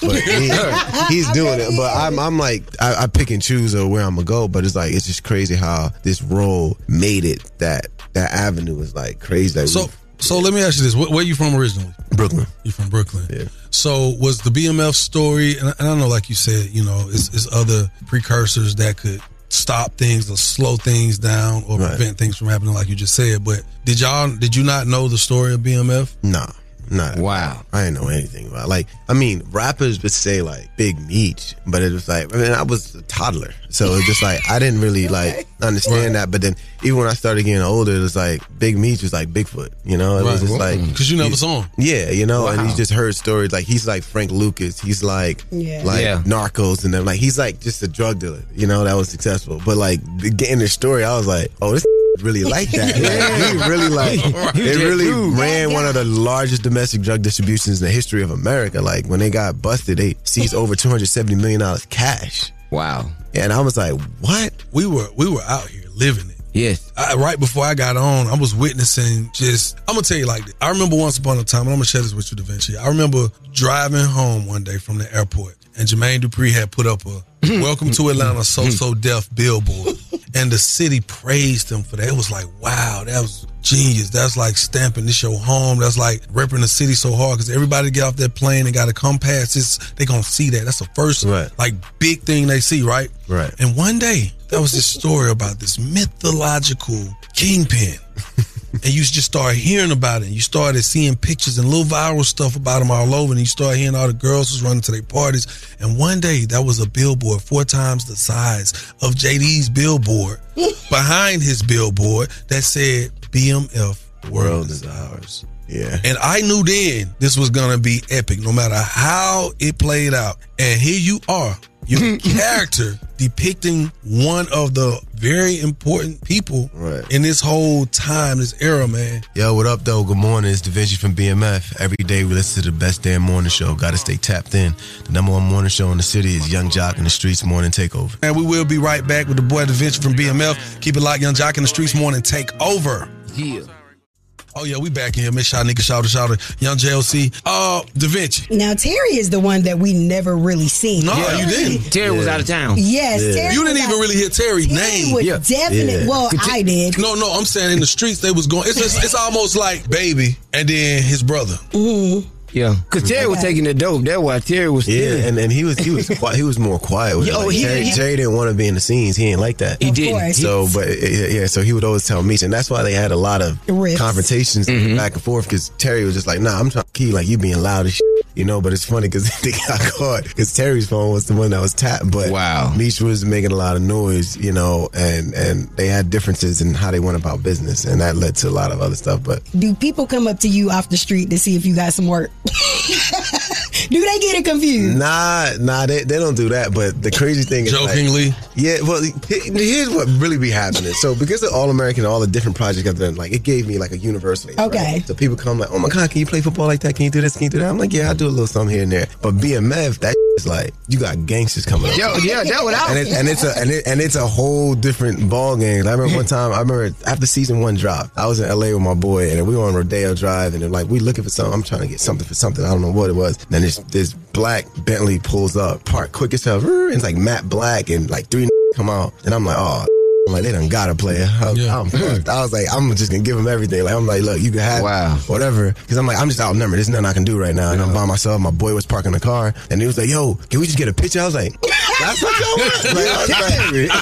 but he- he's doing it. But I'm, I'm like, I, I pick and choose or where I'm gonna go. But it's like, it's just crazy how this role made it that that avenue is like crazy. Like So, so let me ask you this: where, where you from originally? Brooklyn. You from Brooklyn? Yeah. So was the BMF story, and I, and I know, like you said, you know, it's, it's other precursors that could stop things or slow things down or Right. prevent things from happening, like you just said. But did y'all, did you not know the story of BMF? Nah, not wow. I didn't know anything about. Like, I mean, rappers would say like Big Meech, but it was like, I mean, I was a toddler, so it's just like I didn't really like understand that. But then even when I started getting older, it was like Big Meech was like Bigfoot, you know? It was just like because you never saw him. Yeah, you know, and Wow. you just heard stories like he's like Frank Lucas, he's like Yeah. like Yeah. Narcos, and then like he's like just a drug dealer, you know, that was successful. But like getting the story, I was like, oh, this really like that. Yeah. Like, he really like Right. it. Really Dude. ran one of the largest domestic drug distributions in the history of America. Like when they got busted, they seized over two hundred seventy million dollars cash. Wow. And I was like, what? We were we were out here living it. Yes. I, right before I got on, I was witnessing just. I'm gonna tell you like this. I remember once upon a time, and I'm gonna share this with you, Da Vinci. I remember driving home one day from the airport, and Jermaine Dupree had put up a "Welcome to Atlanta" so so deaf billboard, and the city praised him for that. It was like, wow, that was genius. That's like stamping this your home. That's like repping the city so hard because everybody get off that plane and got to come past this. They gonna see that. That's the first like big thing they see, right? Right. And one day, there was this story about this mythological kingpin. and you just start hearing about it. You started seeing pictures and little viral stuff about him all over. And you start hearing all the girls was running to their parties. And one day, that was a billboard four times the size of JD's billboard behind his billboard that said BMF World is Ours. Yeah. And I knew then this was gonna be epic, no matter how it played out. And here you are, your character depicting one of the very important people in this whole time, this era, man. Yo, what up, though? Good morning. It's Da Vinci from BMF. Every day we listen to the best damn morning show. Gotta stay tapped in. The number one morning show in the city is Young Jock in the Streets Morning Takeover. And we will be right back with the boy Da Vinci from BMF. Keep it locked, Young Jock in the streets morning. Take over. Yeah. Oh yeah, we back in here. Miss Shot Nigga, shout it, shout it. Young JLC. Uh, Da Vinci. Now Terry is the one that we never really seen. No, you didn't. Yes, Terry you didn't was even out- really hear Terry's name. was Yeah. definite- well, I did. No, no, I'm saying in the streets they was going. It's just, it's almost like baby, and then his brother. Mm-hmm. Yeah, because Terry was taking the dope. That's why Terry was. Yeah, stealing. and, and he was he was qui- he was more quiet. With it. Yo, Like, he- Terry, he- Terry didn't want to be in the scenes. He ain't like that. He didn't. course. So, but yeah, yeah, so he would always tell me, and that's why they had a lot of Rifts. confrontations back and forth because Terry was just like, "Nah, I'm trying to key like you being loud as." Shit. You know, but it's funny because they got caught because Terry's phone was the one that was tapped. But wow, Meech was making a lot of noise, you know, and and they had differences in how they went about business, and that led to a lot of other stuff. But Do people come up to you off the street to see if you got some work? Do they get it confused? Nah, nah, they, they don't do that. But the crazy thing is, like- Jokingly? yeah. Well, he- here's what really be happening. So because of All American, all the different projects I've done, like it gave me like a university. Okay. So people come like, oh my god, can you play football like that? Can you do this? Can you do that? I'm like, yeah, I do a little something here and there. But being Mev, that is like you got gangsters coming up. Yo, yeah, that what I- and, it, and it's a and, it, and it's a whole different ball game. I remember one time, I remember after season one dropped, I was in LA with my boy, and we were on Rodeo Drive, and they're like, we looking for something. I'm trying to get something for something. I don't know what it was. And this this black Bentley pulls up, park quick as hell. And it's like Matt Black and like three come out, and I'm like, oh. I'm like, they done got a player. I'm, I'm fucked. I was like, I'm just gonna give him everything. Like, I'm like, look, you can have wow. whatever. Cause I'm like, I'm just outnumbered. There's nothing I can do right now. And I'm by myself. My boy was parking the car and he was like, yo, can we just get a picture? I was like, that's what y'all want. Like, I was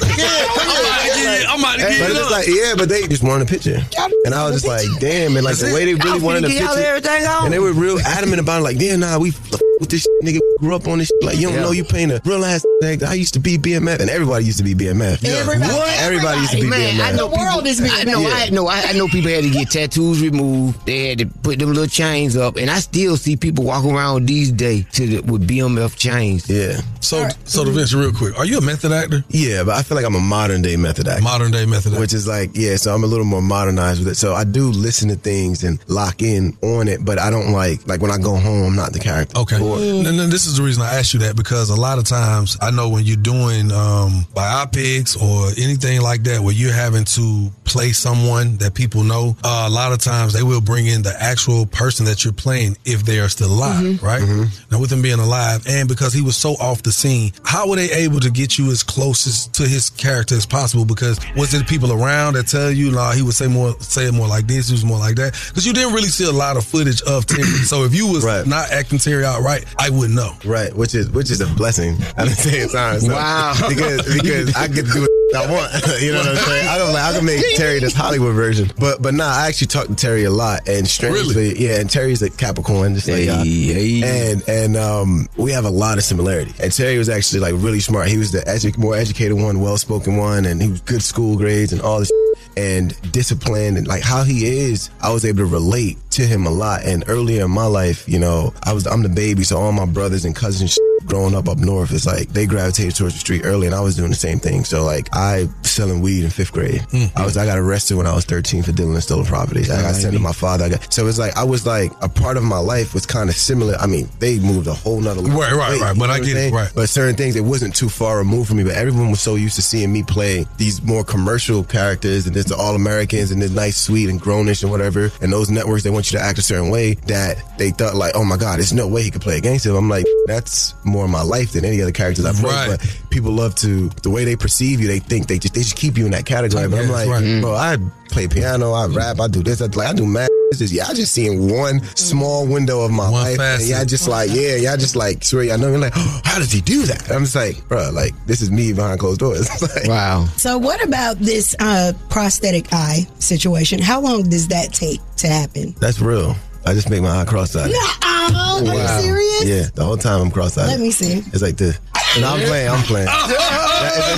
like, yeah, yeah, I'm about to yeah. get But it it's up. like, yeah, but they just wanted a picture. And I was just like, damn. And like the way they Y'all really wanted a finna get y'all picture. everything on? And they were real adamant about it. Like, yeah, nah, we f- with this shit, nigga grew up on this. shit. Like, you don't Yeah. know you paying a real ass. nigga. I used to be BMF and everybody used to be BMF. Everybody. What? Everybody used to be Man, BMF. I know people, I know, I know, I, I know people had to get tattoos removed. They had to put them little chains up, and I still see people walking around these days to the, with BMF chains. Yeah. So, so Da Vinci, real quick, are you a method actor? Yeah, but I feel like I'm a modern day method actor. Modern day method actor. Which is like, yeah, so I'm a little more modernized with it. So I do listen to things and lock in on it, but I don't like, like when I go home, I'm not the character. Okay. Mm. And then this is the reason I asked you that because a lot of times I know when you're doing um, biopics or anything like that where you're having to play someone that people know, uh, a lot of times they will bring in the actual person that you're playing if they are still alive, Mhm. Mm-hmm. right? Now, with him being alive and because he was so off the scene, how were they able to get you as close as, to his character as possible? Because was it people around that tell you, nah, he would say more, say it more like this, he was more like that? Because you didn't really see a lot of footage of Terry. so if you was not acting Terry out right, I wouldn't know. Right, which is which is a blessing at the same time. So, Wow. Because because I get to do what I want. you know what I'm saying? I don't like I can make Terry this Hollywood version. But but nah, I actually talk to Terry a lot and strangely yeah, and Terry's a Capricorn, just like y'all. And and um we have a lot of similarity. And Terry was actually like really smart. He was the edu- more educated one, well spoken one, and he was good school grades and all this and disciplined and like how he is i was able to relate to him a lot and earlier in my life you know i was i'm the baby so all my brothers and cousins and shit growing up up north it's like they gravitated towards the street early and i was doing the same thing so like i selling weed in fifth grade Mm-hmm. i was i got arrested when i was 13 for dealing and stolen property like, i got sent to my father I got, so it's like i was like a part of my life was kind of similar i mean they moved a whole nother level. Right, right, Wait, right, you but know I what I'm get it, saying? right. But certain things, it wasn't too far removed from me. But everyone was so used to seeing me play these more commercial characters, and there's the All Americans, and this nice, sweet, and grownish, and whatever. And those networks, they want you to act a certain way that they thought like, oh my God, there's no way he could play a gangster. I'm like, that's more my life than any other characters I've played. Right. But people love to the way they perceive you. They think they just they just keep you in that category. But I'm Yes, like, right. bro, I play piano, I rap, I do this, I, like I do math. It's just, yeah, I just seen one small window of my life. And facet. y'all just like, yeah, y'all just like, swear, y'all know. You're like, how did he do that? I'm just like, bro, like this is me behind closed doors. like, wow. So, what about this uh, prosthetic eye situation? How long does that take to happen? That's real. I just make my eye cross-eyed. Oh, are Wow. you serious? Yeah, the whole time I'm cross-eyed. Let me see. Oh. It's like this. And I'm playing. I'm playing.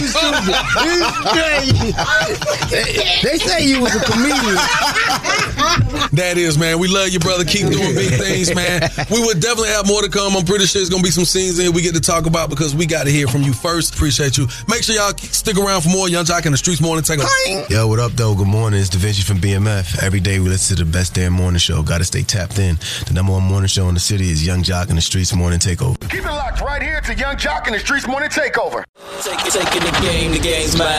You stupid. You crazy. They they say you was a comedian. That is, man. We love you, brother. Keep doing big things, man. We would definitely have more to come. I'm pretty sure it's going to be some scenes in here we get to talk about because we got to hear from you first. Appreciate you. Make sure y'all stick around for more Young Jock in the Streets Morning Take Yo, what up, though? Good morning. It's Da Vinci from BMF. Every day we listen to the best damn morning show. Gotta stay tapped in. The number one morning show in the city is Young Jock and the Streets Morning Takeover. Keep it locked right here to Young Jock and the Streets Morning Takeover. Taking the game, the game's mine.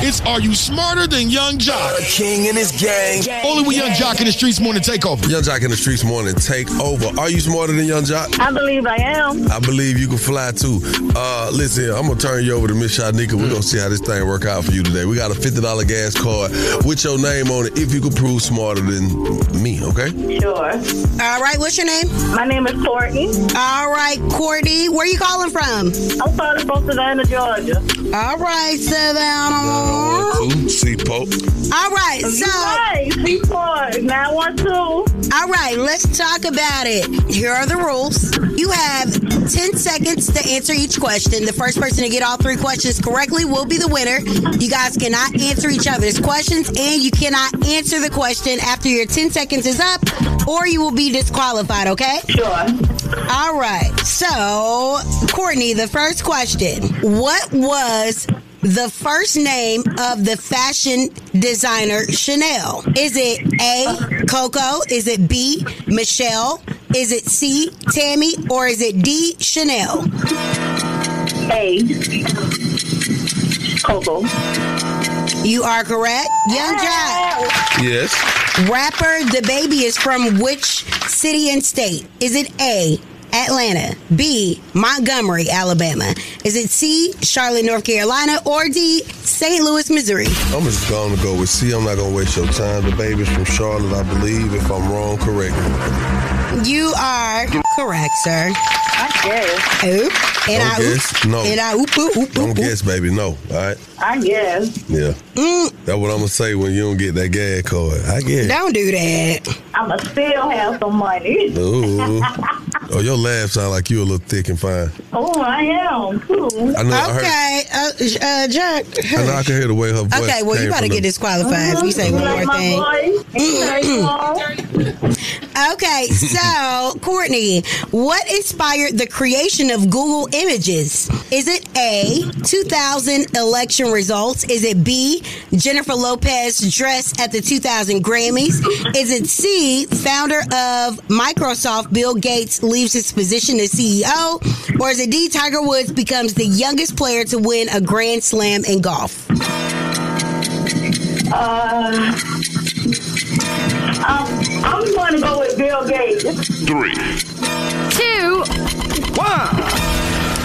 It's Are You Smarter Than Young Jock? King in his gang. Only with Young Jock in the Streets Morning Takeover. Young Jock in the Streets Morning Takeover. Are you smarter than Young Jock? I believe I am. I believe you can fly too. Uh, listen, here, I'm gonna turn you over to Miss Shanika. We're gonna see how this thing work out for you today. We got a fifty dollar gas card with your name on it if you can prove smarter than me. Okay. Sure. All right, what's your name? My name is Courtney. All right, Courtney, where you calling from? I'm calling from Savannah, Georgia. All right, Savannah. Two, see Pope. All right, so. All right, let's talk about it. Here are the rules. You have 10 seconds to answer each question. The first person to get all three questions correctly will be the winner. You guys cannot answer each other's questions, and you cannot answer the question after your 10 seconds is up, or you will be disqualified, okay? Sure. All right. So, Courtney, the first question What was the first name of the fashion designer Chanel? Is it A, Coco? Is it B, Michelle? Is it C, Tammy? Or is it D, Chanel? A, Coco. You are correct. Young Jack. Yes. Rapper The Baby is from which city and state? Is it A, Atlanta, B, Montgomery, Alabama? Is it C, Charlotte, North Carolina, or D, St. Louis, Missouri? I'm just going to go with C. I'm not going to waste your time. The baby's from Charlotte, I believe. If I'm wrong, correct me. You are correct, sir. I guess. Oop. And Don't I oop. guess. No. And I oop, oop, oop, Don't oop, guess, baby. No. All right. I guess. Yeah. That's what I'm gonna say when you don't get that gag card. I get. it. Mm. Don't do that. I'ma still have some money. Ooh. oh, your laugh sound like you a little thick and fine. Oh, I am. Cool. I know. I heard. Okay, uh, uh, Jack. I know. I can hear the way her voice. Okay, well, you came about to from get the- disqualified if you say one more thing. okay, so Courtney, what inspired the creation of Google Images? Is it A, 2000 election results? Is it B, Jennifer Lopez dress at the 2000 Grammys? Is it C, founder of Microsoft, Bill Gates leaves his position as CEO? Or is it D, Tiger Woods becomes the youngest player to win a Grand Slam in golf? Uh, I'm, I'm going to go with Bill Gates. Three. two, one.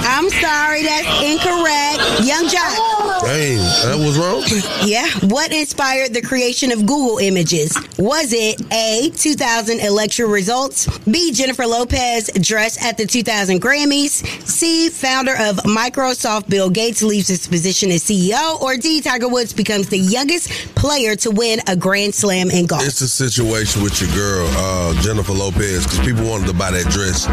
I'm sorry, that's incorrect. Young Jock. Dang, that was wrong. Yeah. What inspired the creation of Google Images? Was it A, 2000 election results? B, Jennifer Lopez dressed at the 2000 Grammys? C, founder of Microsoft Bill Gates leaves his position as CEO? Or D, Tiger Woods becomes the youngest player to win a Grand Slam in golf? It's a situation with your girl, uh, Jennifer Lopez, because people wanted to buy that dress.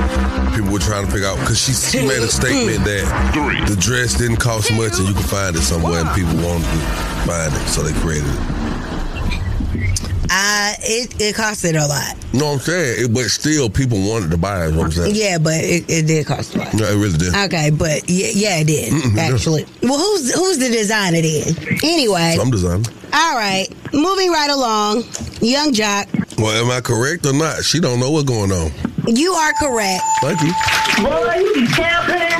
People were trying to figure out because she, she made a statement that the dress didn't cost much and you could find it somewhere, and people wanted to find it, so they created it. Uh, it, it costed a lot. You know what I'm saying? It, but still, people wanted to buy it. Is what I'm saying. Yeah, but it, it did cost a lot. No, it really did. Okay, but yeah, yeah it did Mm-mm, it did. actually. Well, who's who's the designer then? Anyway, I'm designing. all right, moving right along, Young Jock, Well, am I correct or not? She don't know what's going on. you are correct. Thank you. Boy, you be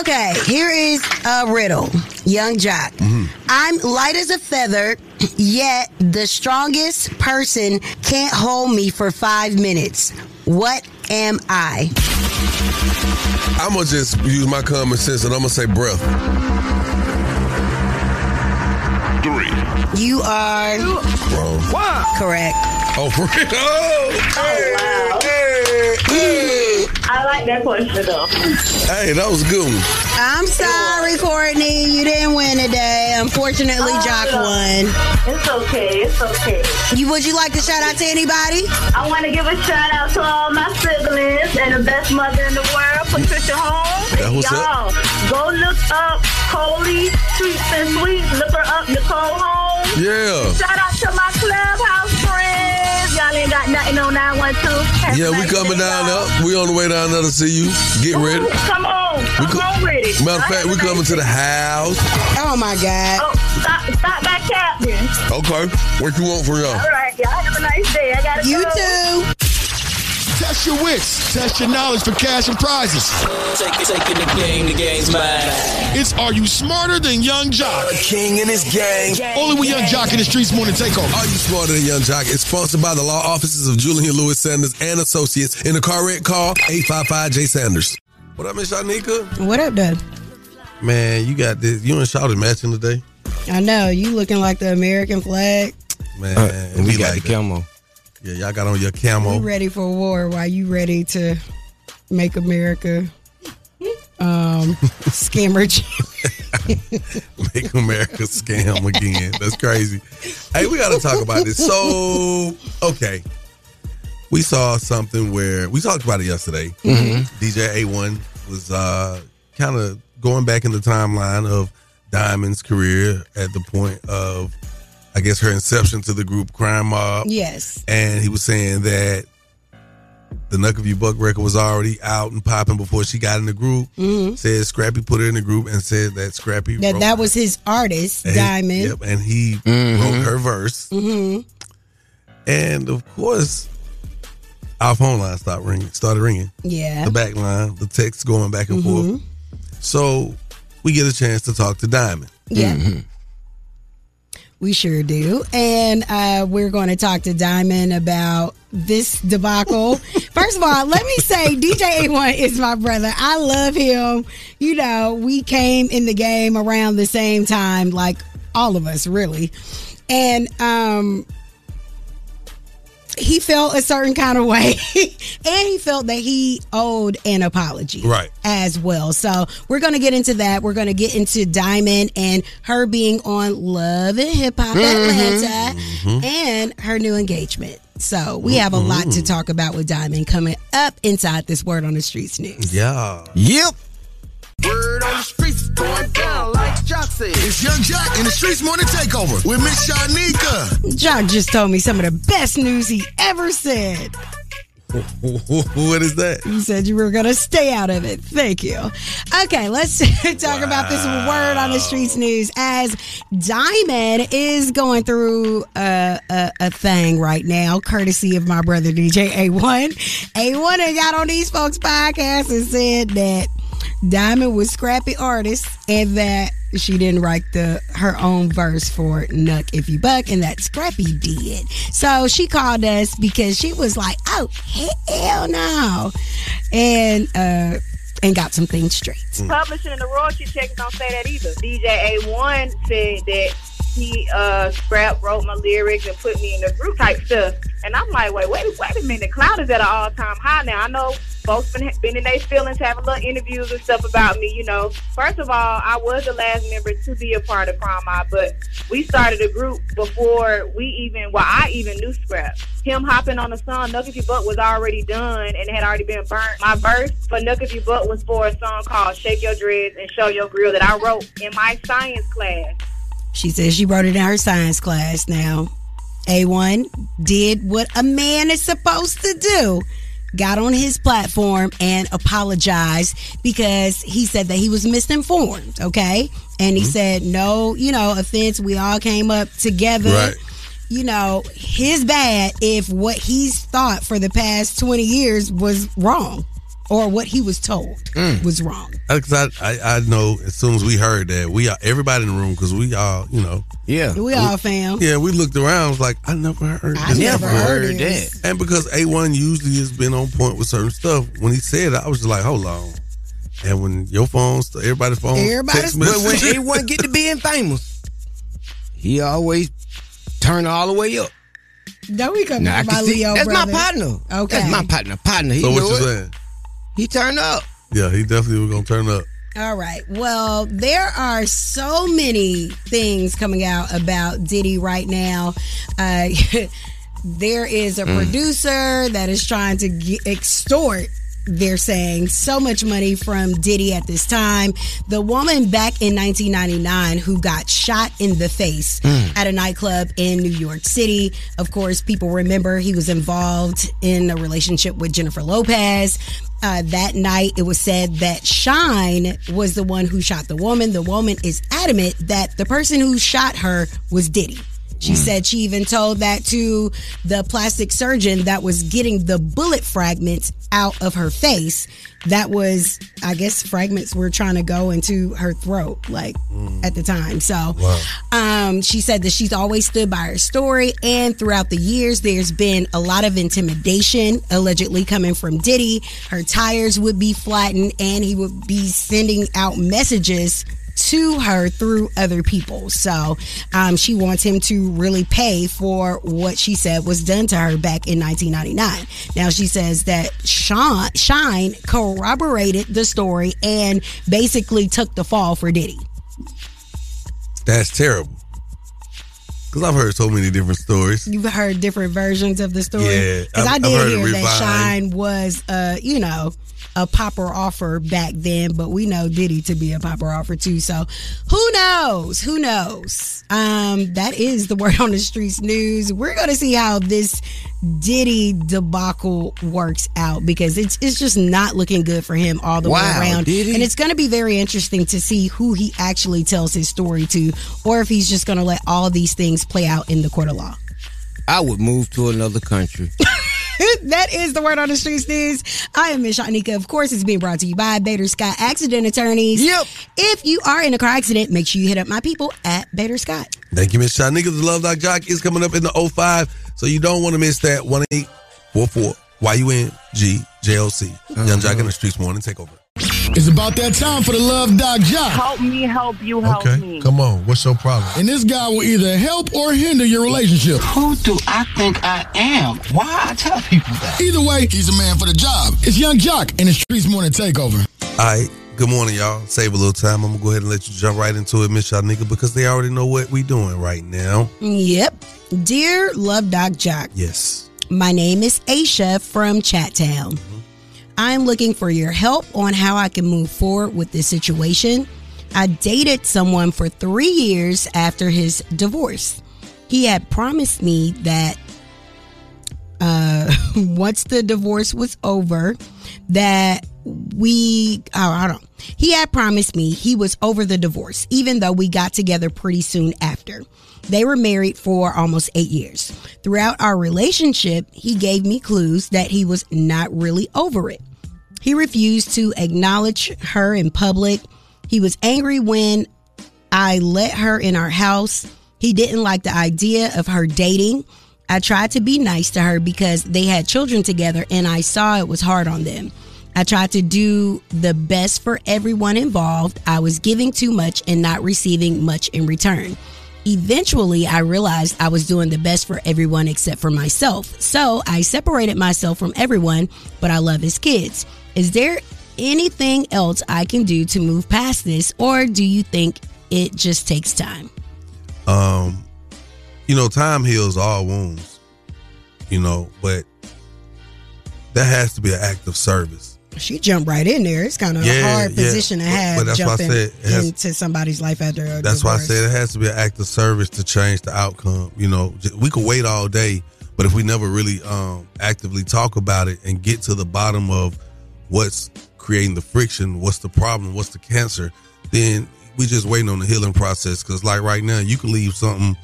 Okay, here is a riddle, Young Jock. I'm light as a feather, yet the strongest person can't hold me for five minutes. What am I? I'm gonna just use my common sense and I'm gonna say breath. Three. You are correct. Oh, for real? Oh, I like that question, though. Hey, that was a good one. I'm sorry, Courtney. You didn't win today. Unfortunately, Oh, Jock won. It's okay. It's okay. You would you like to shout out to anybody? I want to give a shout out to all my siblings and the best mother in the world, Patricia Holmes. That was Y'all, go look up Coley Sweets and Sweets. Look her up, Nicole Holmes. Yeah. Shout out to my clubhouse friends. Y'all ain't got nothing on 912. Have Yeah, a we nice coming day, down y'all. up. We on the way down there to see you. Get ready. Come on. We Come on with it. Matter of fact, we coming to the house. Oh my God. Oh, stop, stop back out then. Okay. What you want from y'all? All right, y'all have a nice day. I gotta You go. too. Test your wits, test your knowledge for cash and prizes. Take it, taking the game, the game's mine. It's Are You Smarter Than Young Jock? king in his gang. Only with Young Jock in the streets morning takeover. Are you smarter than Young Jock? It's sponsored by the law offices of Julian Lewis Sanders and Associates. In the car wreck, call 855 J Sanders. What up, Miss Shanika? What up, Doug? Man, you got this. You and Shawty matching today? I know you looking like the American flag. Man, Uh, we, got the camo. Yeah, y'all got on your We camo. ready for war. Why you ready to make America um scammer? Make America scam again. That's crazy. Hey, we got to talk about this. So, okay. We saw something where we talked about it yesterday. Mhm. DJ A1 was uh, kind of going back in the timeline of Diamond's career at the point of, I guess, her inception to the group Crime Mob. yes. And he was saying that The Knuck of You Buck record was already out and popping before she got in the group. Mhm. Said Scrappy put her in the group and said that Scrappy That wrote that was his artist, and- Diamond. Yep, and he wrote her verse. hmm And of course, our phone line stopped ringing, started ringing. Yeah. Mm-hmm. The back line, the text going back and forth. So we get a chance to talk to Diamond. Mm-hmm. Yeah. We sure do. And uh, we're going to talk to Diamond about this debacle. First of all, let me say DJ A1 is my brother. I love him. You know, we came in the game around the same time, like all of us, really. And um, he felt a certain kind of way. and he felt that he owed an apology Right. as well. So we're going to get into that. We're going to get into Diamond and her being on Love and Hip Hop Mhm. Atlanta Mhm. and her new engagement. So we have a lot to Mhm. talk about with Diamond coming up inside this Word on the Streets news. Yeah. Yep. Word on the streets going down like Jossie. It's Young Jock in the Streets Morning Takeover with Miss Shanika. Jock just told me some of the best news he ever said. what is that? You said you were going to stay out of it. Thank you. Okay, let's talk about this word on the streets news as Diamond is going through a, a, a thing right now, courtesy of my brother DJ A1. A1 had got on these folks' podcast and said that Diamond was scrappy artist and that she didn't write the her own verse for Nuck If You Buck and that Scrappy did. So she called us because she was like, Oh hell no and uh and got some things straight. Publishing and the royalty checks don't say that either. DJ A1 said that he uh scrap wrote my lyrics and put me in the group type stuff. And I'm like, wait, wait, wait a minute. Cloud is at an all time high now. I know folks been, been in their feelings, having little interviews and stuff about me. You know, first of all, I was the last member to be a part of Crime Mob, but we started a group before we even, well, I even knew Scrap. Him hopping on the song, Nuck If You Buck was already done and had already been burnt. My verse for Nuck If You Buck was for a song called Shake Your Dreads and Show Your Grill that I wrote in my science class. She says she wrote it in her science class now. A1 did what a man is supposed to do. Got on his platform and apologized because he said that he was misinformed, okay? And he Mm-hmm. said, no, you know, offense. We all came up together. Right. You know, his bad if what he's thought for the past 20 years was wrong or what he was told Mm. was wrong. Because I, I, I know as soon as we heard that, we are everybody in the room because we all, you know. Yeah. We all fam. Yeah, we looked around. was like, I never heard. I this never before. heard this. And because A one usually has been on point with certain stuff, when he said it, I was just like, hold on. And when your phones, everybody's phone, Everybody's text but when messages- everyone get to being famous, he always turn all the way up. Don't we come Now, I from my can see, Leo that's brother. my partner. Okay. That's my partner. Partner. He so what know you it. saying? He turned up. Yeah, he definitely was gonna turn up. All right. Well, there are so many things coming out about Diddy right now. Uh, there is a Mm. producer that is trying to ge- extort. They're saying so much money from Diddy at this time. The woman back in 1999 who got shot in the face Mm. at a nightclub in New York City. Of course, people remember he was involved in a relationship with Jennifer Lopez. Uh, that night, it was said that Shine was the one who shot the woman. The woman is adamant that the person who shot her was Diddy. She said she even told that to the plastic surgeon that was getting the bullet fragments out of her face. That was, I guess, fragments were trying to go into her throat, like at the time. So, um, she said that she's always stood by her story, and throughout the years, there's been a lot of intimidation allegedly coming from Diddy. Her tires would be flattened, and he would be sending out messages to her through other people. So um, she wants him to really pay for what she said was done to her back in 1999. Now she says that Sean, Shine corroborated the story and basically took the fall for Diddy. That's terrible. Because I've heard so many different stories. You've heard different versions of the story. Yeah, because I've- I I've did heard it hear that refined. Shine was, uh, you know, a popper offer back then, but we know Diddy to be a popper offer too. So who knows? Who knows? Um, that is the word on the streets news. We're going to see how this Diddy debacle works out because it's it's just not looking good for him all the Wow, way around, Diddy. and it's going to be very interesting to see who he actually tells his story to, or if he's just going to let all these things play out in the court of law. I would move to another country. that is the word on the streets news. I am Miss Shanika. Of course, it's being brought to you by Bader Scott Accident Attorneys. Yep. If you are in a car accident, make sure you hit up my people at Bader Scott. Thank you, Miss Shy. Niggas Love Doc Jock is coming up in the 05. So you don't want to miss that. 1 844 YUNG JLC. Young Jock in the Streets Morning Takeover. It's about that time for the Love Doc Job. Help me help you help me. Come on. What's your problem? And this guy will either help or hinder your relationship. Who do I think I am? Why I tell people that? Either way, he's a man for the job. It's Young Jock and the Streets Morning Takeover. All right. Good morning, y'all. Save a little time. I'm going to go ahead and let you jump right into it, Miss Shy Nigga, because they already know what we doing right now. Yep. Dear Love Doc Jock. Yes. My name is Aisha from Chattown. I'm looking for your help on how I can move forward with this situation. I dated someone for three years after his divorce. He had promised me that uh, once the divorce was over, that we, oh, I don't, he had promised me he was over the divorce, even though we got together pretty soon after. They were married for almost eight years. Throughout our relationship, he gave me clues that he was not really over it. He refused to acknowledge her in public. He was angry when I let her in our house. He didn't like the idea of her dating. I tried to be nice to her because they had children together and I saw it was hard on them. I tried to do the best for everyone involved. I was giving too much and not receiving much in return. Eventually, I realized I was doing the best for everyone except for myself. So I separated myself from everyone, but I love his kids. Is there anything else I can do to move past this, or do you think it just takes time? Um, you know, time heals all wounds. You know, but that has to be an act of service. She jumped right in there. It's kind of a Yeah, hard yeah. position to But- have but that's why I jumping said it has- into somebody's life after a That's why I divorce. said it has to be an act of service to change the outcome. You know, J- we could wait all day, but if we never really um actively talk about it and get to the bottom of what's creating the friction, what's the problem, what's the cancer, then we just waiting on the healing process. Because like right now, you can leave something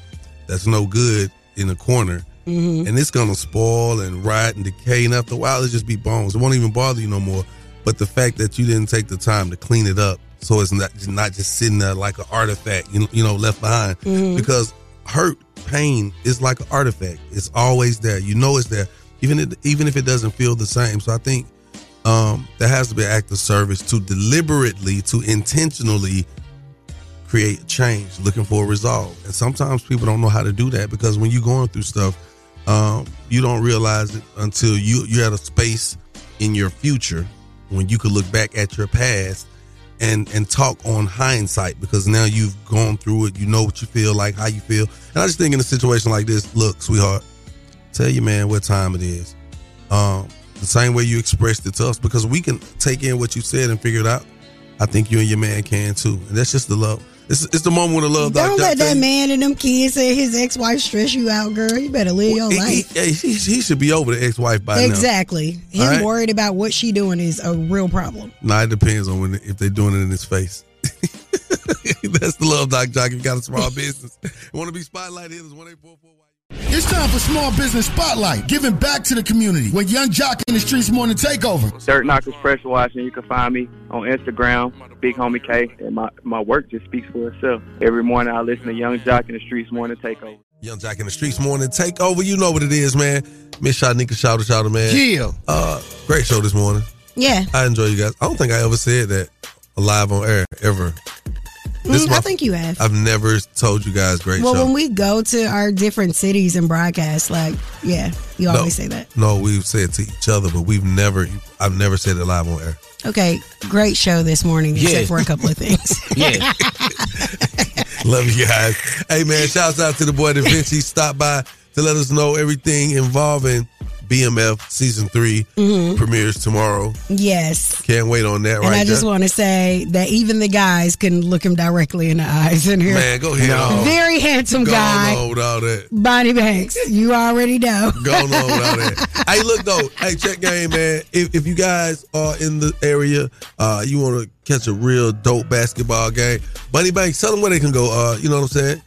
that's no good in a corner. and it's gonna spoil and rot and decay. And after a while, it just be bones. It won't even bother you no more. But the fact that you didn't take the time to clean it up, so it's not it's not just sitting there like an artifact, you know, you know left behind. Mhm. Because hurt, pain is like an artifact. It's always there. You know it's there, even if, even if it doesn't feel the same. So I think um, there has to be an act of service to deliberately, to intentionally create change, looking for a resolve. And sometimes people don't know how to do that because when you're going through stuff, um, you don't realize it until you you're at a space in your future when you can look back at your past and and talk on hindsight because now you've gone through it. You know what you feel like, how you feel. And I just think in a situation like this, look, sweetheart, tell your man what time it is. Um, the same way you expressed it to us because we can take in what you said and figure it out. I think you and your man can too, and that's just the love. It's, it's the moment when the love. Don't let that thing- man and them kids and his ex wife stress you out, girl. You better live your He, life. he- he- he should be over the ex-wife by now. Exactly. Him All right. worried about what she doing is a real problem. Nah, it depends on when if they're doing it in his face. That's the love doc jock. If you got a small business, want to be spotlighted? Hit us one eight four. It's time for Small Business Spotlight, giving back to the community with Young Jock and the Streets Morning Takeover. Dirt Knockers Pressure Washing. You can find me on Instagram, Big Homie K. And my, my work just speaks for itself. Every morning I listen to Young Jock in the Streets Morning Takeover. Young Jack in the Streets morning takeover. You know what it is, man. Miss Shanika, shout out, shout out, man. Yeah. Uh, great show this morning. Yeah. I enjoy you guys. I don't think I ever said that live on air ever. Mm, I think you have. I've never told you guys great well, show. when we go to our different cities and broadcast, like, yeah, you No. always say that. No, we've said to each other, but we've never. I've never said it live on air. Okay, great show this morning, Yeah. except for a couple of things. Yeah. Love you guys. Hey man, shouts out to the boy Da Vinci. Stop by to let us know everything involving BMF season 3 Mhm. premieres tomorrow. Yes. Can't wait on that, and right? I just Jeff? want to say that even the guys couldn't look him directly in the eyes in here. Man, go ahead. No. Very handsome Go guy. on with all that. Bonnie Banks. You already know. Go on with all that. hey, look though. Hey, check game, man. If, if you guys are in the area, uh, you want to catch a real dope basketball game. Bunny Banks, tell them where they can go. Uh, you know what I'm saying?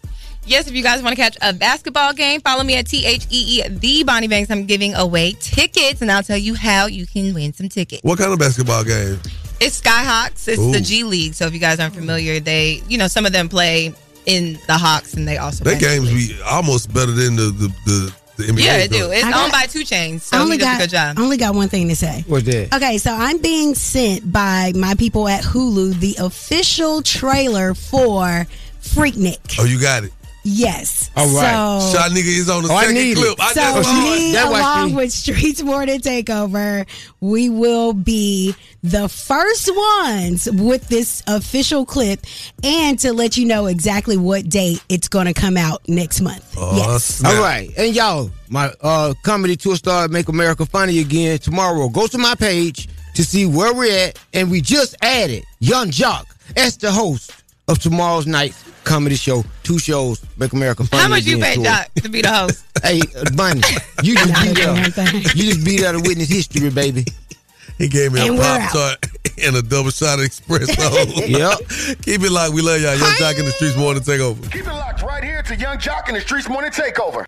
Yes, if you guys want to catch a basketball game, follow me at T H E E the Bonnie Banks. I'm giving away tickets, and I'll tell you how you can win some tickets. What kind of basketball game? It's Skyhawks. It's Ooh. the G League. So if you guys aren't familiar, they you know some of them play in the Hawks, and they also That play. game's be almost better than the the, the, the NBA. yeah, they do. It's I owned got- by Two Chains, so I he only does got a good job. I only got one thing to say. What's that? Okay, so I'm being sent by my people at Hulu the official trailer for Freaknik. Oh, you got it. Yes. All right. So, Shot nigga is on the second clip. I so just saw it. me, along with Streets Morning Takeover, we will be the first ones with this official clip, and to let you know exactly what date it's going to come out next month. Oh, All right. And y'all, my uh comedy tour star Make America Funny Again tomorrow. Go to my page to see where we're at. And we just added Young Jock as the host of tomorrow's night's comedy show. Two shows, Make America Funny How much Again you pay tour. Doc to be the host? Hey, uh, Bunny, you just beat up. You just beat out a witness history, baby. He gave me And a we're pop out. tart and a double shot of espresso. yep. Keep it locked. We love y'all. Young Jock in the streets morning takeover. Keep it locked right here to Young Jock and the Streets Morning Takeover.